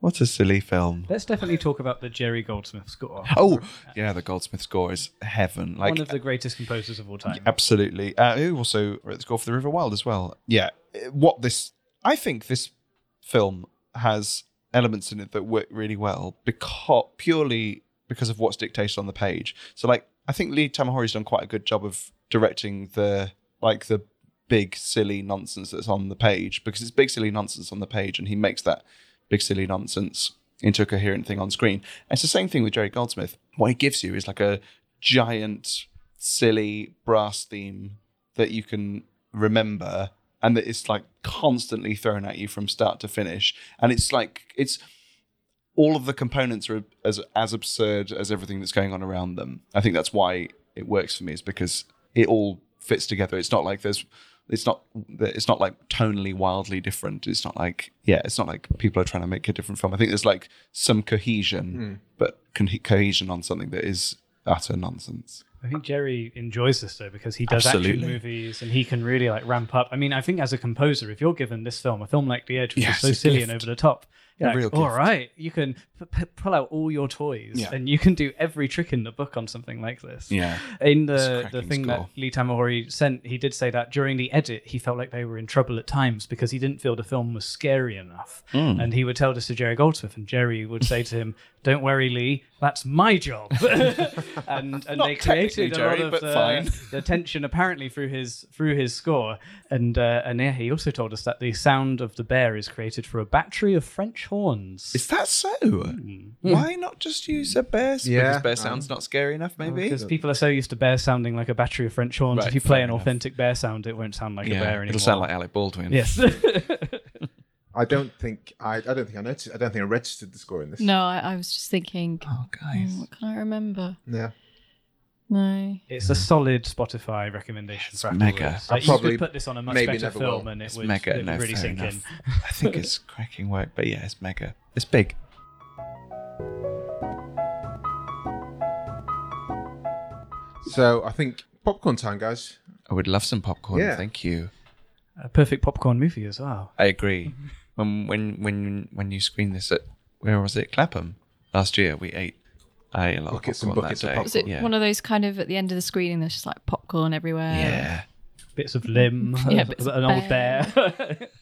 what a silly film. Let's definitely talk about the Jerry Goldsmith score. Oh, yeah, the Goldsmith score is heaven. Like, One of the greatest composers of all time. absolutely. Uh, who also wrote the score for The River Wild as well. Yeah, Uh, what this? I think this film has elements in it that work really well because purely because of what's dictated on the page. So like I think Lee Tamahori's done quite a good job of directing the like the big silly nonsense that's on the page because it's big silly nonsense on the page and he makes that big silly nonsense into a coherent thing on screen. And it's the same thing with Jerry Goldsmith. What he gives you is like a giant silly brass theme that you can remember and that it's like constantly thrown at you from start to finish and it's like it's all of the components are as as absurd as everything that's going on around them i think that's why it works for me is because it all fits together it's not like there's it's not it's not like tonally wildly different it's not like yeah it's not like people are trying to make a different film i think there's like some cohesion but con- cohesion on something that is utter nonsense I think Jerry enjoys this though because he does Absolutely. action movies and he can really like ramp up. I mean, I think as a composer, if you're given this film, a film like The Edge, which Yeah, is it's so a silly gift. and over the top, you're A like, real all gift. right, you can p- p- pull out all your toys Yeah. and you can do every trick in the book on something like this. Yeah. In It's the a the cracking thing that score. Lee Tamahori sent, he did say that during the edit, he felt like they were in trouble at times because he didn't feel the film was scary enough. Hmm. And he would tell this to Jerry Goldsmith, and Jerry would say to him, "Don't worry, Lee, that's my job." and and they created a technically, Jerry, lot of but the, fine. the tension apparently through his through his score. And uh, and yeah, he also told us that the sound of the bear is created for a battery of French horns. Is that so? Why not just use a bear? Yeah. Mm-hmm. Because bear sounds not scary enough, maybe. because people are so used to bear sounding like a battery of French horns. Right, if you play fair an enough. authentic bear sound, it won't sound like a bear yeah, anymore. it'll sound like Alec Baldwin. Yes. I don't think I. I don't think I noticed. I don't think I registered the score in this. No, I, I was just thinking, Oh, guys. "Oh, what can I remember? Yeah. No. it's a solid Spotify recommendation It's for mega. afterwards. I Like, you probably could put this on a much maybe better never film will. and it It's would, it mega. would No, really fair sink enough. in. I think it's cracking work, but yeah, it's mega. It's big. So I think popcorn time, guys. I would love some popcorn. Yeah. Thank you. A perfect popcorn movie as well. I agree. when when when when you screened this at where was it? Clapham last year. We ate. I ate a lot Buckets of and popcorn buckets that of day. popcorn. Was it yeah. one of those kind of at the end of the screening? There's just like popcorn everywhere. yeah. Bits of limb, Yeah, bits of an old bear.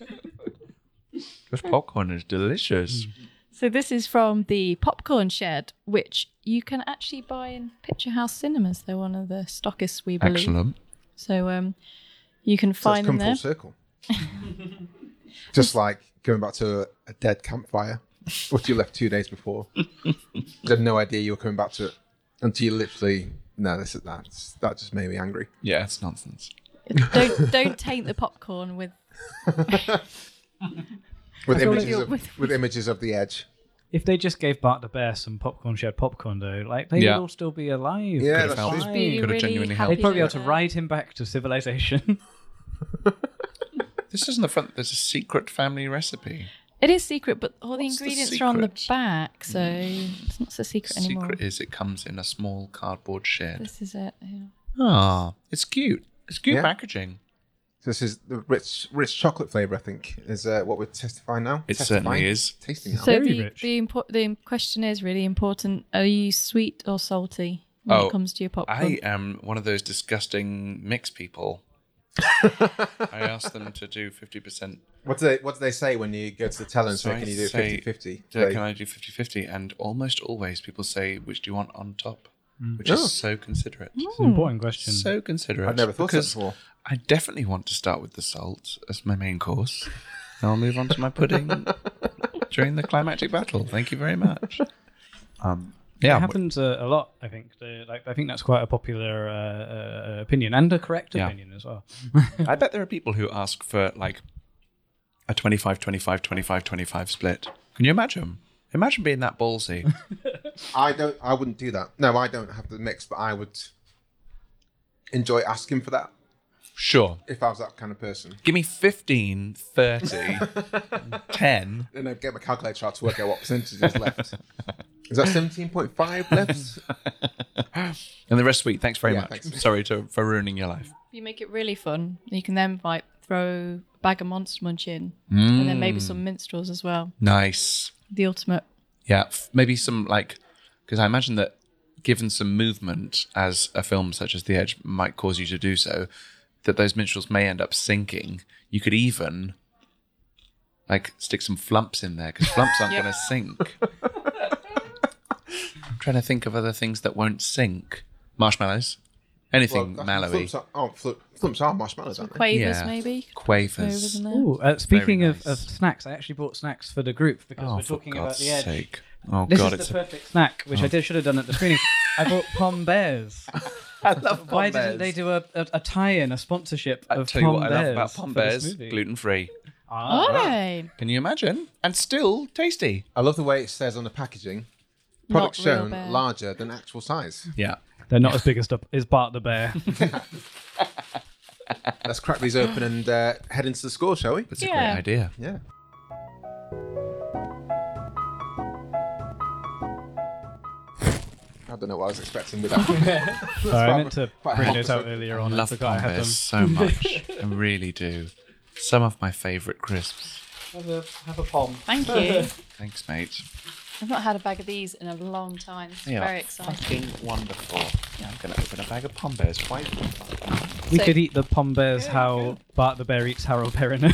This popcorn is delicious. So this is from the Popcorn Shed, which you can actually buy in Picture House Cinemas. They're one of the stockists we believe. Excellent. So um, you can So find it's them come there. full circle. Just like going back to a, a dead campfire, which you left two days before. you had no idea you were coming back to it until you literally. No, this is that's that just made me angry. Yeah, it's nonsense. don't don't taint the popcorn with with I feel like- images of With- with images of the edge. If they just gave Bart the Bear some popcorn shared popcorn though, like they Yeah. would all still be alive. Yeah, They'd that's true. fine. Be Could have really genuinely happy helped. They'd probably be able to that. ride him back to civilization. This is in the front. There's a secret family recipe. It is secret, but all the What's the ingredients are on the secret? back, so it's not so secret The anymore. secret is it comes in a small cardboard shed. This is it. yeah. Ah, it's cute. It's cute Yeah. packaging. So this is the rich rich chocolate flavor. I think is uh, what we're testifying now. It Testifying? certainly is. Tasting now. So Very the rich. the, impor- the question is really important. Are you sweet or salty when Oh, it comes to your popcorn? I am one of those disgusting mix people. I asked them to do 50%. What do they What do they say when you go to the teller and So say, I "Can you do say, 50-50? "Do- They- Can I do 50 50? And almost always people say, which do you want on top? Which is Oh. so considerate. Mm. it's an important question. Hmm. So considerate. I've never thought of that because before. I definitely want to start with the salt as my main course. Then I'll move on to my pudding during the climactic battle. Thank you very much. Um, yeah, it happens uh, a lot. I think. The, like, I think that's quite a popular uh, uh, opinion and a correct Yeah. opinion as well. I bet there are people who ask for like a 25 25 25 25 split. Can you imagine? Imagine being that ballsy. I don't. I wouldn't do that. No, I don't have the mix, but I would enjoy asking for that sure. if I was that kind of person. Give me 15, 30, 10. Then I'd get my calculator out to work out what percentage is left. Is that seventeen point five left? And the rest sweet. Thanks very Yeah, much. thanks. Sorry to, for ruining your life. you make it really fun. You can then like throw a bag of monster munch in, and then maybe Mm. some minstrels as well. Nice. The ultimate. Yeah, f- maybe some like because I imagine that given some movement as a film such as The Edge might cause you to do so, that those minstrels may end up sinking. You could even like stick some flumps in there because flumps aren't Yeah. going to sink. I'm trying to think of other things that won't sink. Marshmallows, anything that's- mallowy, Flumps are, oh, fl- flumps are marshmallows, aren't they? Quavers Yeah. maybe. Quavers quavers. in there. Ooh, uh, speaking nice. of, of snacks, I actually bought snacks for the group because Oh, we're for talking about God's the edge. sake! Oh This God, is it's Oh. the perfect snack, which I did should have done at the screening. I bought Pom Bears. I love Why didn't they do a, a, a tie-in, a sponsorship I of tell you Pom what I Bears? love about pom for this bears, movie? gluten free. Ah, All right. Can you imagine? And still tasty. I love the way it says on the packaging. Not Products real shown bear. larger than actual size. Yeah. They're not as big as the, is Bart the Bear. Let's crack these open and uh, head into the score, shall we? That's a Yeah. great idea. Yeah. I don't know what I was expecting with that. Sorry, I meant to quite bring hot those out earlier on. I I love forgot I had them. pombears so much. I really do. Some of my favourite crisps. Have a, have a pom. Thank you. Thanks, mate. I've not had a bag of these in a long time. They are Very exciting. fucking wonderful. Yeah, I'm going to open a bag of pombears. Why? We So- could eat the pom bears how Bart the Bear eats Harold Perrineau.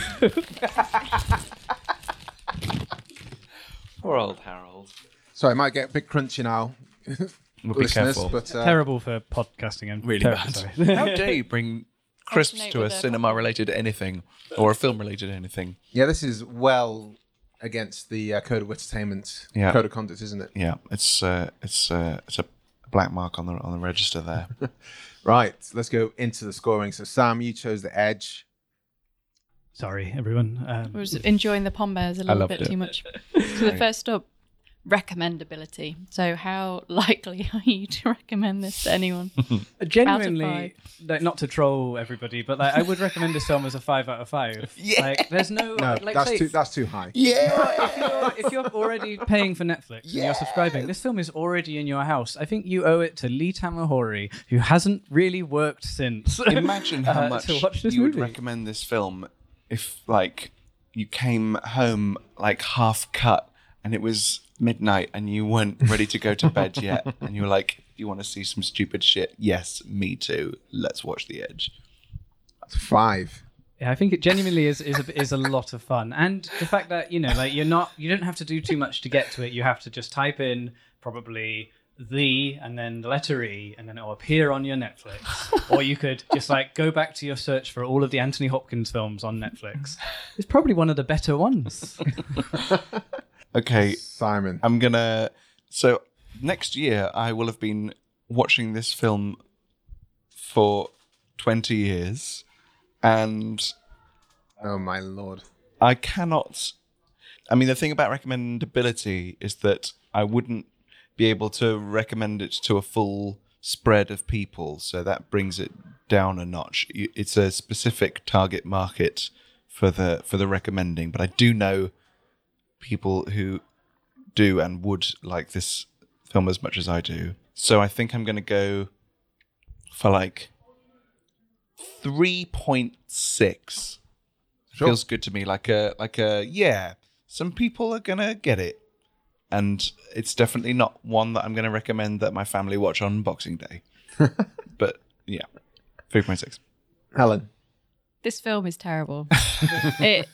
Poor old Harold. so it might get a bit crunchy now, We'll be listeners. careful. But uh, terrible for podcasting and really terrible, bad. sorry. How dare you bring crisps Alternate to a with a- cinema-related anything or a film-related anything? yeah, this is well against the uh, code of entertainment, Yeah. code of conduct, isn't it? Yeah, it's uh, it's uh, it's a black mark on the on the register there. Right. Let's go into the scoring. So Sam, you chose the edge. Sorry, everyone. Um, I was enjoying the pom bears a little loved bit it. too much. So the first up, recommendability. So how likely are you to recommend this to anyone? genuinely like, not to troll everybody but like i would recommend this film as a five out of five yeah like there's no, No, like that's say, too that's too high. if, you're, if you're already paying for netflix and you're subscribing this film is already in your house i think you owe it to lee tamahori who hasn't really worked since Imagine how uh, much to watch this you would movie. recommend this film if, like, you came home like half cut and it was midnight and you weren't ready to go to bed yet, and you were like, "Do you want to see some stupid shit?" Yes, me too. Let's watch The Edge. That's five. Yeah, I think it genuinely is is a, is a lot of fun, and the fact that you know, like you're not, you don't have to do too much to get to it. You have to just type in probably the and then the letter E, and then it'll appear on your Netflix. or you could just like go back to your search for all of the Anthony Hopkins films on Netflix. It's probably one of the better ones. Okay, Simon. I'm gonna. So next year, I will have been watching this film for 20 years, and Oh my lord. I cannot. I mean, the thing about recommendability is that I wouldn't be able to recommend it to a full spread of people. So that brings it down a notch. You- It's a specific target market for the for the recommending, but I do know people who do and would like this film as much as I do. So I think I'm going to go for like 3.6 Sure. feels good to me like a like a yeah some people are gonna get it and it's definitely not one that i'm gonna recommend that my family watch on boxing day but yeah 3.6 Helen. This film is terrible. it,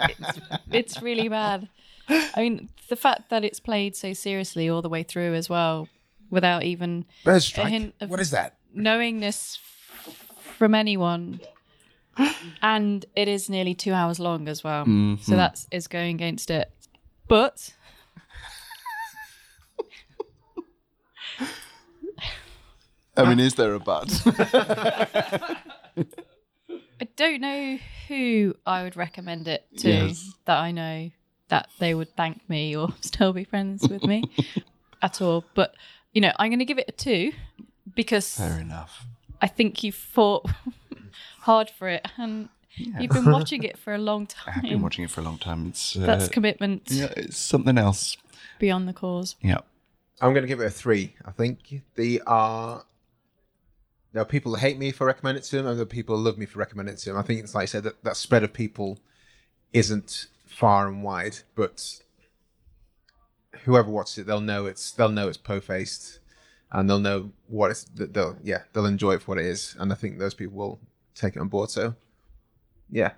it's, it's really bad. I mean, the fact that it's played so seriously all the way through as well, without even Bird A strike. hint of- what is that? knowing this f- from anyone. And it is nearly two hours long as well. Mm-hmm. So that's is going against it. But i mean is there a but I don't know who I would recommend it to Yes. that I know that they would thank me or still be friends with me at all. But you know, I'm going to give it a two because fair enough I think you fought hard for it and you've been watching it for a long i've been time. watching it for a long time it's uh, That's commitment yeah, it's something else beyond the cause. yeah I'm going to give it a three. I think they are. There are people that hate me for recommending it to them, and there are people who love me for recommending it to them. I think it's like I said that that spread of people isn't far and wide, but whoever watches it, they'll know it's they'll know it's po faced, and they'll know what it's that they'll yeah they'll enjoy it for what it is, and I think those people will take it on board. So, yeah,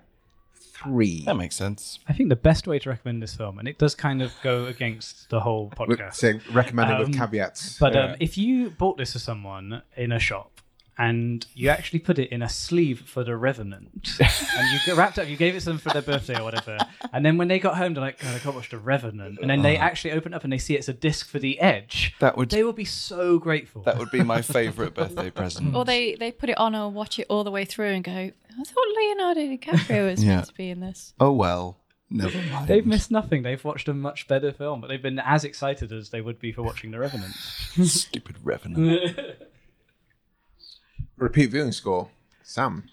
three. that makes sense I think the best way to recommend this film, and it does kind of go against the whole With- podcast. Say recommended Um, with caveats. But um, if you bought this for someone in a shop and you actually put it in a sleeve for the Revenant, and you got wrapped up, you gave it to them for their birthday or whatever, and then when they got home, they're like, "God, I can't watch the Revenant," and then they actually open it up and they see it's a disc for the Edge. Uh-huh. That would- they will be so grateful. that would be my favorite birthday present Or they, they put it on or watch it all the way through and go, I thought Leonardo DiCaprio was Yeah. meant to be in this. oh well never mind They've missed nothing. They've watched a much better film, but they've been as excited as they would be for watching The Revenant. stupid revenant Repeat viewing score. Sam.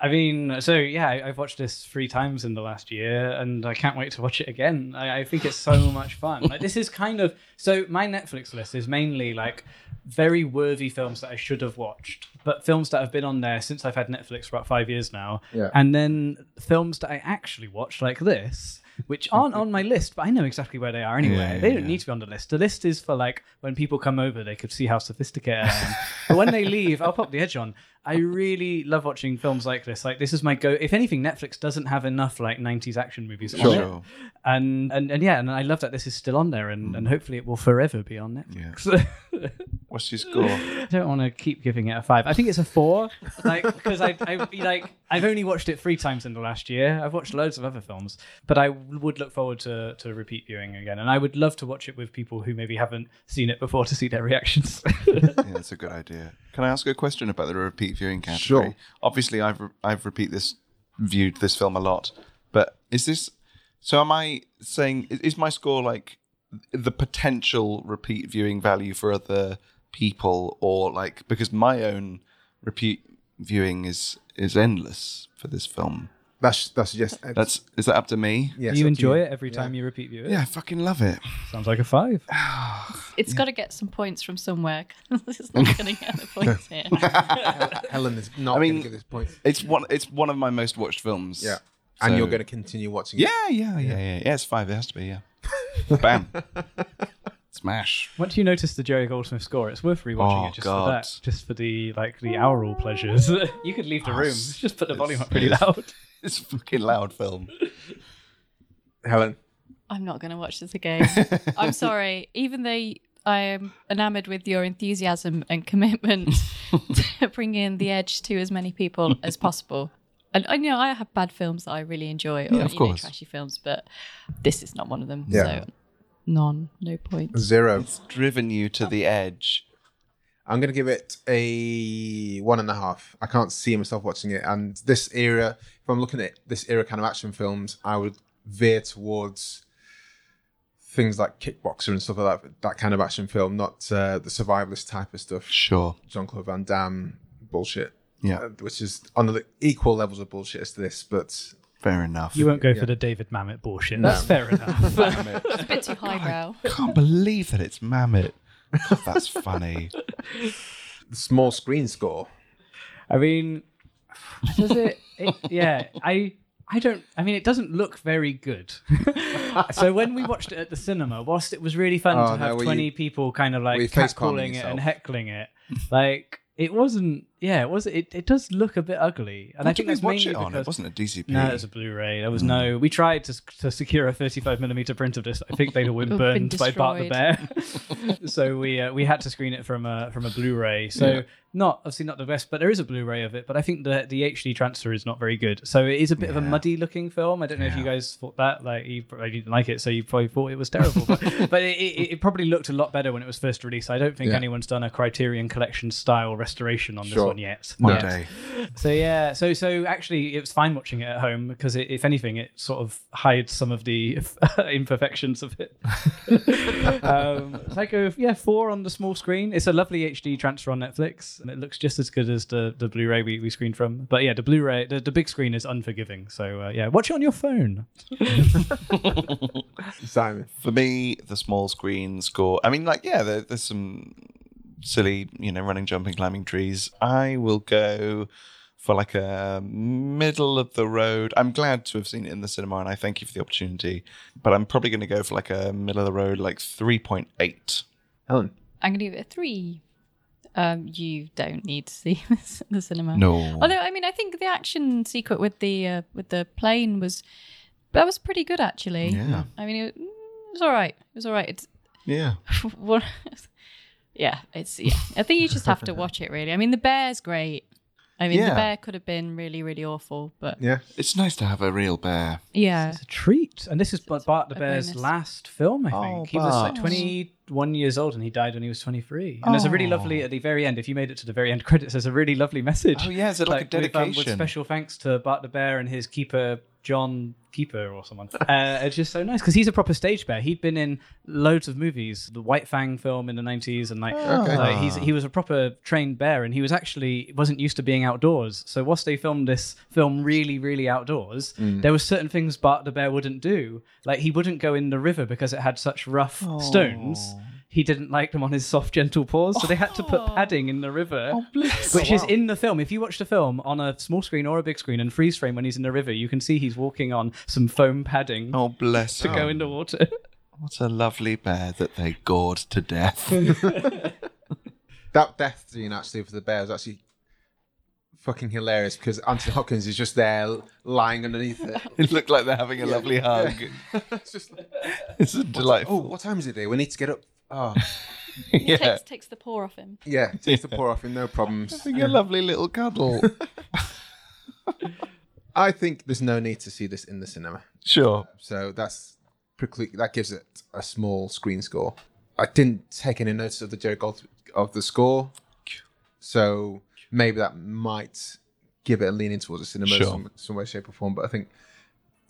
I mean, so yeah, I, I've watched this three times in the last year, and I can't wait to watch it again. I, I think it's so much fun. Like this is kind of so my Netflix list is mainly like very worthy films that I should have watched, but films that have been on there since I've had Netflix for about five years now, Yeah. and then films that I actually watched like this. Which aren't on my list, but I know exactly where they are anyway. Yeah, yeah, they don't yeah. need to be on the list. The list is for like when people come over, they could see how sophisticated I am. but when they leave, I'll pop the edge on. I really love watching films like this. Like this is my go. If anything, Netflix doesn't have enough like '90s action movies on it. Sure. And, and and yeah, and I love that this is still on there, and, and hopefully it will forever be on Netflix. what's your score I don't want to keep giving it a five. I think it's a four, like because I, I like I've only watched it three times in the last year. I've watched loads of other films, but I would look forward to to repeat viewing again, and I would love to watch it with people who maybe haven't seen it before to see their reactions. yeah, that's a good idea. Can I ask a question about the repeat viewing category? Sure. Obviously, I've I've repeat this viewed this film a lot, but is this so? Am I saying is- is my score like the potential repeat viewing value for other people, or like because my own repeat viewing is is endless for this film? That's that's just That's is that up to me? yeah, it's Do up you to enjoy it every time you repeat view it? Yeah, I fucking love it. Sounds like a five. It's got to get some points from somewhere. this is not going to get the points here. Helen is not I mean- going to give this point. It's one. It's one of my most watched films. Yeah. And So- you're going to continue watching Yeah, it. yeah, yeah, yeah. Yeah, it's five. It has to be, yeah. Bam. Smash. Once you notice the Jerry Goldsmith score, it's worth rewatching Oh, it just God. for that, just for the like the aural pleasures. you could leave the room, it's- just put the volume it's- up pretty loud. It's a fucking loud film. Helen. I'm not going to watch this again. I'm sorry. Even though I am enamored with your enthusiasm and commitment to bringing the edge to as many people as possible. And I know I have bad films that I really enjoy, or Yeah, of you know, course. trashy films, but this is not one of them. Yeah. So, none, no points. Zero. It's driven you to the edge. I'm going to give it a one and a half. I can't see myself watching it. And this era, if I'm looking at this era kind of action films, I would veer towards things like Kickboxer and stuff like that, that kind of action film, not uh, the survivalist type of stuff. Sure. Jean Claude Van Damme bullshit. Yeah. Uh, which is on the equal levels of bullshit as this, but Fair enough. You won't go Yeah. for the David Mamet bullshit. That's fair enough. It's a bit too highbrow. Can't believe that it's Mamet. God, That's funny. the small screen score. I mean, does it, it? Yeah, I. I don't. I mean, it doesn't look very good. so when we watched it at the cinema, whilst it was really fun Oh, to no, have were you- twenty people kind of were you like facepalming catcalling it yourself? and heckling it, like it wasn't. Yeah, it was. It, it does look a bit ugly, and I think What did we that's watch mainly it on? because It wasn't a DCP. no, it was a Blu-ray. There was Hmm. no. We tried to, to secure a 35 millimeter print of this. I think they'd all been Been burned by Bart the Bear. so we uh, we had to screen it from a from a Blu-ray. So not obviously not the best, but there is a Blu-ray of it. But I think the the HD transfer is not very good. So it is a bit of a muddy looking film. I don't know if you guys thought that. Like you probably didn't like it, so you probably thought it was terrible. but but it, it, it probably looked a lot better when it was first released. I don't think Yeah. anyone's done a Criterion Collection style restoration on this Sure. one yet. One Yet. day. So yeah, so so actually, it was fine watching it at home because it, if anything, it sort of hides some of the imperfections of it. um, Psycho, yeah, four on the small screen. It's a lovely HD transfer on Netflix, and it looks just as good as the the Blu-ray we, we screened from. But yeah, the Blu-ray, the, the big screen is unforgiving. So uh, yeah, watch it on your phone. Simon. For me, the small screen score. I mean, like, yeah, there, there's some silly, you know, running, jumping, climbing trees. I will go for like a middle of the road. I'm glad to have seen it in the cinema, and I thank you for the opportunity. But I'm probably going to go for like a middle of the road, like 3.8. Helen. I'm going to give it a three. Um, you don't need to see this at the cinema. No. Although, I mean, I think the action sequence with the uh, with the plane was that was pretty good actually. Yeah. I mean, it, mm, it was all right. It was all right. It's Yeah. what- yeah. It's yeah. I think you just have to watch it really. I mean, the bear's great. I mean, Yeah. the bear could have been really, really awful, but Yeah. It's nice to have a real bear. yeah. It's a treat, and this is Bart, Bart the a Bear's bonus. last film. I think Oh, he was like Bart. 21 years old, and he died when he was 23. And there's a really lovely at the very end. If you made it to the very end credits, there's a really lovely message. Oh, yeah, is it like a with, um, With, dedication? special thanks to Bart the Bear and his keeper John Keeper or someone. uh, it's just so nice because he's a proper stage bear. He'd been in loads of movies, the White Fang film in the 90s, and like, like, he's, he was a proper trained bear, and he was actually wasn't used to being outdoors. So whilst they filmed this film really, really outdoors, Hmm. there were certain things Bart the Bear wouldn't do. Like he wouldn't go in the river because it had such rough stones. He didn't like them on his soft, gentle paws, so they had to put padding in the river, Oh, which is in the film. If you watch the film on a small screen or a big screen and freeze frame when he's in the river, you can see he's walking on some foam padding Oh, bless Oh, to go in the water. What a lovely bear that they gored to death. That death scene actually for the bear is actually fucking hilarious because Anthony Hopkins is just there lying underneath it. it looked like they're having a lovely hug. it's just like, It's a oh, delightful. what time is it there? We need to get up. Oh, Takes yeah. takes the paw off him. yeah, takes the pour off in no problems. Having a lovely little cuddle. I think there's no need to see this in the cinema. sure. So that's quickly that gives it a small screen score. I didn't take any notice of the Jerry Goldsmith of the score, so maybe that might give it a leaning towards the cinema Sure. some, some way, shape, or form. But I think,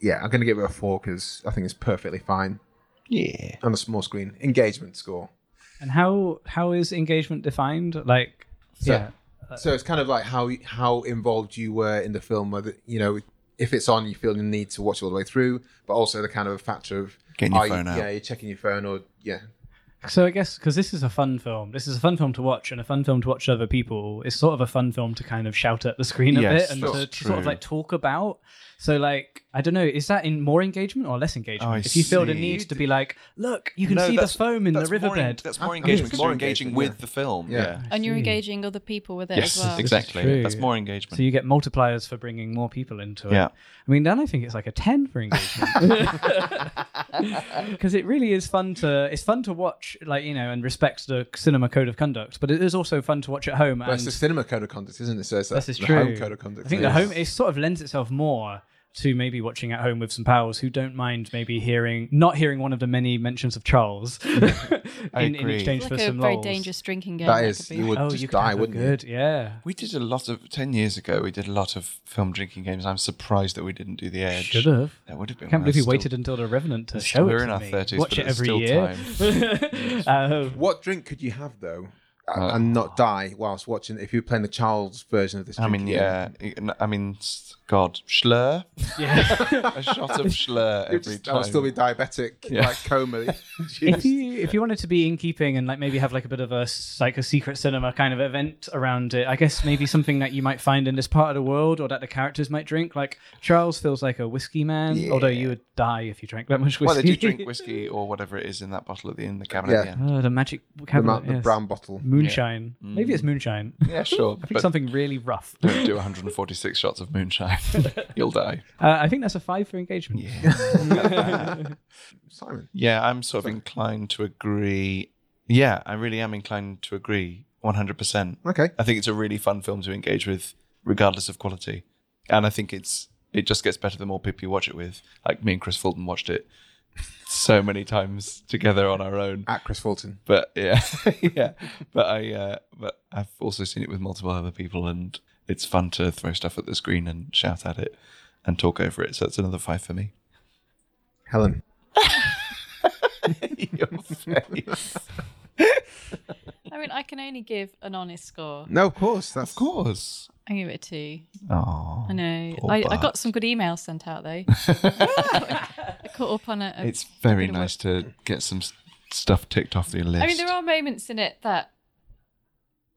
yeah, I'm going to give it a four because I think it's perfectly fine Yeah. on a small screen engagement score. And how how is engagement defined? Like, So, yeah. so it's kind of like how how involved you were in the film. Whether you know if it's on, you feel the need to watch all the way through, but also the kind of factor of Getting your are you- phone out. Yeah, you're checking your phone or yeah, So I guess because this is a fun film, this is a fun film to watch and a fun film to watch with other people. It's sort of a fun film to kind of shout at the screen a Yes, bit and that's to, to sort of true. like talk about. So like I don't know, is that in more engagement or less engagement? I if you feel the see. need to be like, look, you can No, see the that's- foam in the that's more en- riverbed. Ah. that's more I think engagement it's because more you're engaging engagement, with yeah. the film. Yeah. And you're see. engaging other people with it Yes, as well. exactly. true. That's more so engagement. you get multipliers for bringing more people into it. Yeah. I mean, then I think it's like a ten for engagement because it really is fun to it's fun to watch, like you know, and respect the cinema code of conduct. But it is also fun to watch at home. But and it's the cinema code of conduct, isn't it? So it's This like is the true. home code of conduct. I think the home it sort of lends itself more to maybe watching at home with some pals who don't mind maybe hearing not hearing one of the many mentions of Charles I in, in agree. exchange It's for like a some very lols. dangerous drinking game. That could is, be. you would Oh, just you could die, have a wouldn't good, yeah. We did a lot of ten years ago. We did a lot of film drinking games. I'm surprised that we didn't do the Edge. Should have. That would have been. I can't when believe you still- waited until the Revenant to It's show we're it to in our me. 30s, Watch but it it's every still year. um, you? What drink could you have though, a- and not die whilst watching? If you're playing the Charles version of this, I mean, drinking game? yeah. I mean, s- God, Schlur. yeah. a shot of Schlur You'd every just- time. I'll still be diabetic, Yeah. like coma. if you if you wanted to be in keeping and like maybe have like a bit of a s- like a secret cinema kind of event around it, I guess maybe something that you might find in this part of the world or that the characters might drink. Like Charles feels like a whiskey man, although you would die if you drank that much whiskey. Well, they do drink whiskey or whatever it is in that bottle at the in the cabinet. Yeah. Yeah, Oh, the magic the, cabinet, ma- the yes. brown bottle. moonshine. Maybe it's moonshine. yeah, I sure. think Mm. but something really rough. don't do 146 shots of moonshine. You'll die. Uh, I think that's a five for engagement. Simon, Yeah, I'm sort of inclined to agree. Yeah, I really am inclined to agree 100%. okay, I think it's a really fun film to engage with, regardless of quality. And I think it's it just gets better the more people you watch it with. Like me and Chris Fulton watched it so many times together on our own. at Chris Fulton. But yeah, yeah. But I uh, but I've also seen it with multiple other people, and it's fun to throw stuff at the screen and shout at it and talk over it. So that's another five for me. Helen, Your face. I mean, I can only give an honest score. no, of course, that's Of course. I give it a two. Oh, I know. Poor I, I Bart. got some good emails sent out though. I caught up on it. It's very bit of nice to get some s- stuff ticked off the list. I mean, there are moments in it that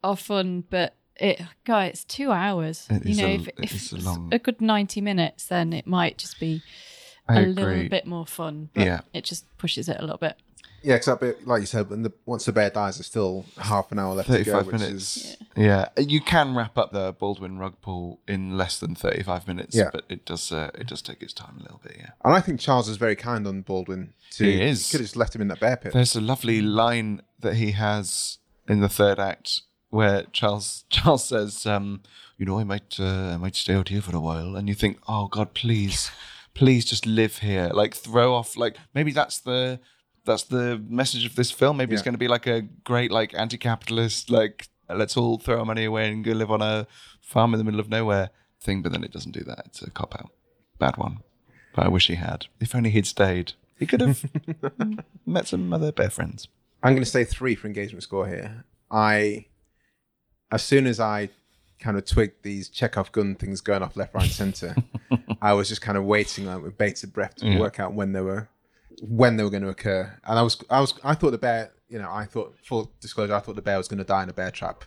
are fun, but it, God, it's two hours. It you is know, a- if, it if is it's a, a long- good ninety minutes, then it might just be a I agree. little bit more fun. But Yeah. it just pushes it a little bit. yeah. Except it, like you said, when the, once the bear dies, there's still half an hour left to go, 35 which is minutes. Yeah. You can wrap up the Baldwin rug pull in less than 35 minutes, Yeah. but it does uh, it does take its time a little bit, yeah. And I think Charles is very kind on Baldwin. To, He is. Could have just left him in that bear pit. There's a lovely line that he has in the third act where Charles Charles says, um, "You know, I might uh, I might stay out here for a while," and you think, "Oh God, please, please just live here." Like throw off, like maybe that's the that's the message of this film. Maybe it's Yeah. going to be like a great like anti-capitalist like let's all throw our money away and go live on a farm in the middle of nowhere thing. But then it doesn't do that. It's a cop out, bad one. But I wish he had. If only he'd stayed. He could have met some other bear friends. I'm going to say three for engagement score here. I, as soon as I kind of twigged these Chekhov gun things going off left, right, and center, I was just kind of waiting like with bated breath to work out when they were when they were going to occur. And I was I was I thought the bear, you know, I thought full disclosure, I thought the bear was going to die in a bear trap.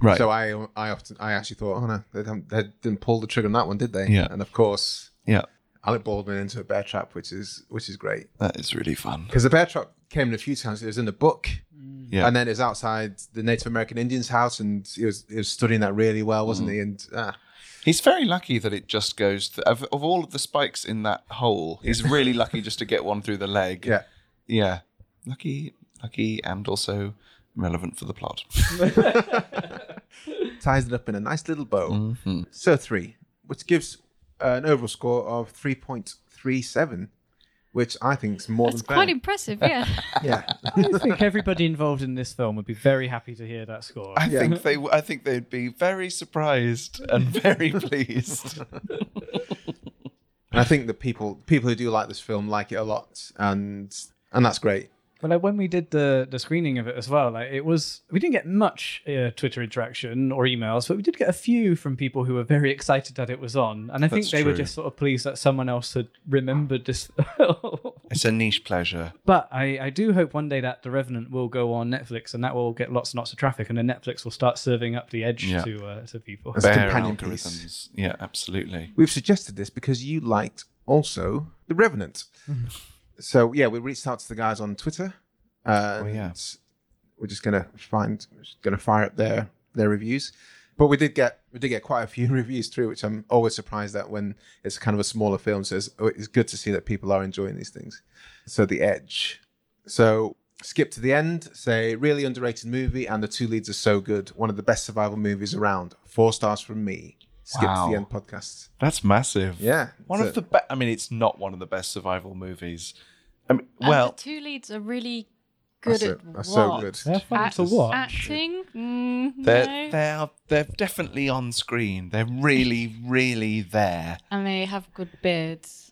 Right. So I I often I actually thought, oh no, they didn't, they didn't pull the trigger on that one, did they? Yeah. And of course, yeah, Alec Baldwin into a bear trap, which is which is great that is really fun. because the bear trap came in a few times. It was in the book. Yeah. And then it was outside the Native American Indian's house, and he was he was studying that really well, wasn't Mm-hmm. he? And ah, He's very lucky that it just goes th- of, of all of the spikes in that hole. He's really lucky just to get one through the leg. yeah, Yeah. Lucky, lucky, and also relevant for the plot. ties it up in a nice little bow. Mm-hmm. So three, which gives uh, an overall score of three point three seven, which I think is more That's than quite fair. impressive. Yeah. yeah. I think everybody involved in this film would be very happy to hear that score. I think they, w- I think they'd be very surprised and very pleased. And I think that people people who do like this film like it a lot, and and that's great. But like when we did the the screening of it as well, like it was we didn't get much uh, Twitter interaction or emails, but we did get a few from people who were very excited that it was on, and I think That's they were true. just sort of pleased that someone else had remembered this. film. It's a niche pleasure. but I I do hope one day that The Revenant will go on Netflix, and that will get lots and lots of traffic, and then Netflix will start serving up the edge Yeah. to uh, to people. That's- It's a Bear companion piece. algorithms. Yeah, absolutely. We've suggested this because you liked also The Revenant. Mm-hmm. so yeah, we reached out to the guys on Twitter. And Oh, yeah. We're just gonna find, just gonna fire up their their reviews. But we did get we did get quite a few reviews through, which I'm always surprised at when it's kind of a smaller film. So it's, oh, it's good to see that people are enjoying these things. So The Edge. So skip to the end. Say really underrated movie, and the two leads are so good. One of the best survival movies around. Four stars from me. Skip to Wow. the end podcast. That's massive. Yeah. One So- of the best. I mean, it's not one of the best survival movies. I mean, And well, the two leads are really good that's it. at That's so what? good. They're fun Act- to watch. Acting? Mm, they're no. they are they're definitely on screen. They're really, really there. And they have good beards.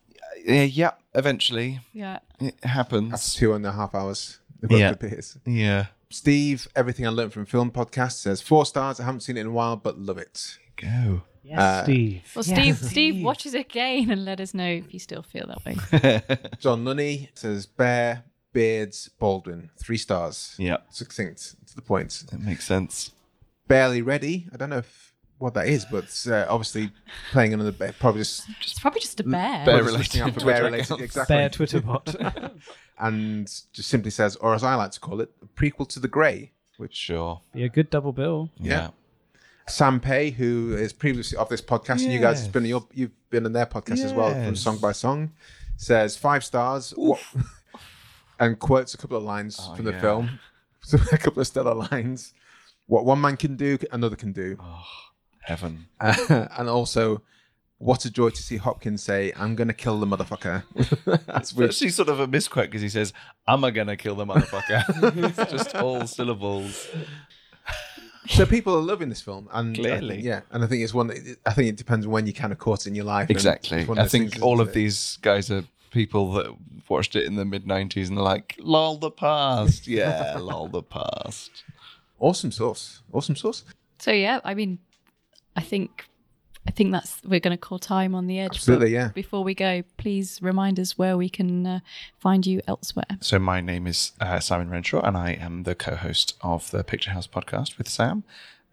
Uh, yeah, eventually Yeah. it That's happens. two and a half hours. Above Yeah. the peers. Yeah, Steve, everything I learned from film podcast says four stars. I haven't seen it in a while, but love it. go. Yes, Uh, Steve. Well, Steve, Steve watches again and let us know if you still feel that way. John Lunny says Bear Beards Baldwin, three stars. yeah, Succinct to the point. that makes sense. Barely ready. I don't know if what that is, but uh, obviously playing another bear, probably just It's probably just a bear. Bear- probably just looking out for Bear-related bear Twitter related accounts. exactly. Bear Twitter bot. And just simply says, or as I like to call it, a prequel to The Grey. Which Sure. Be a good double bill. Yeah. Sam Pay, who is previously of this podcast, and you guys Yes. have been on your, you've been on their podcast as well from Yes. Song by Song, says five stars, wha- and quotes a couple of lines Oh, from the yeah. film, so a couple of stellar lines. What one man can do, another can do, Oh, heaven. Oh. Uh, and also. What a joy to see Hopkins say, "I'm gonna kill the motherfucker." That's It's weird. actually sort of a misquote because he says, "I'm a gonna kill the motherfucker." it's just all syllables. So people are loving this film, and I Clearly. think- yeah. And I think it's one. That, I think it depends on when you kind of caught it in your life. and Exactly. it's one I those think things, all isn't of it? these guys are people that watched it in the mid 90s and are like, lol, the past. Yeah, lol, the past. awesome source, awesome source. So yeah, I mean, I think, I think that's we're going to call time on the edge. but Absolutely, yeah. Before we go, please remind us where we can uh, find you elsewhere. So, my name is uh, Simon Renshaw, and I am the co host of the Picture House podcast with Sam.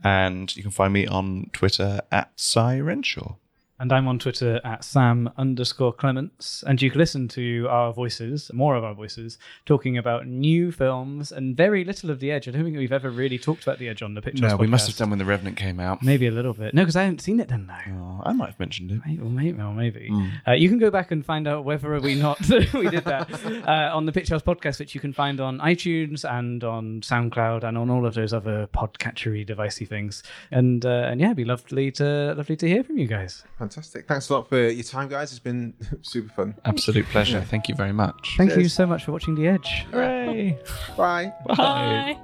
And you can find me on Twitter at Cy Renshaw. And I'm on Twitter at Sam underscore Clements. And you can listen to our voices, more of our voices, talking about new films and very little of The Edge. I don't think we've ever really talked about The Edge on the picture. No, we must have done when The Revenant came out. Maybe a little bit. No, because I haven't seen it then, though. Oh, I might have mentioned it. Maybe, well, maybe, well, maybe. Hmm. Uh, you can go back and find out whether or we not we did that uh, on the Picture House podcast, which you can find on iTunes and on SoundCloud and on all of those other podcatchery devicey things. And uh, and yeah, it'd be lovely to lovely to hear from you guys. Fantastic. Thanks a lot for your time, guys. It's been super fun. Absolute pleasure. Thank you very much. Thank you Cheers. so much for watching The Edge. Hooray. Bye. Bye.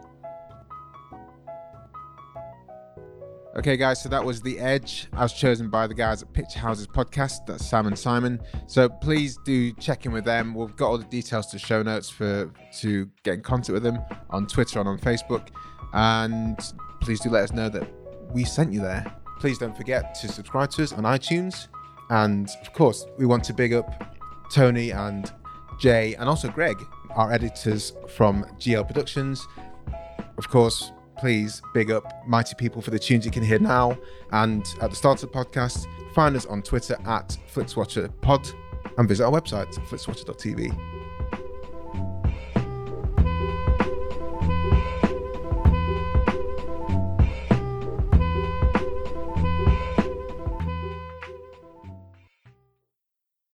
Okay, guys, so that was The Edge, as chosen by the guys at Pitch Houses Podcast. That's Sam and Simon. So please do check in with them. We've got all the details to show notes for to get in contact with them on Twitter and on Facebook. And please do let us know that we sent you there. Please don't forget to subscribe to us on iTunes. And of course, we want to big up Tony and Jay and also Greg, our editors from GL Productions. Of course, please big up Mighty People for the tunes you can hear now. And at the start of the podcast, find us on Twitter at FlixWatcherPod and visit our website, flixwatcher.tv.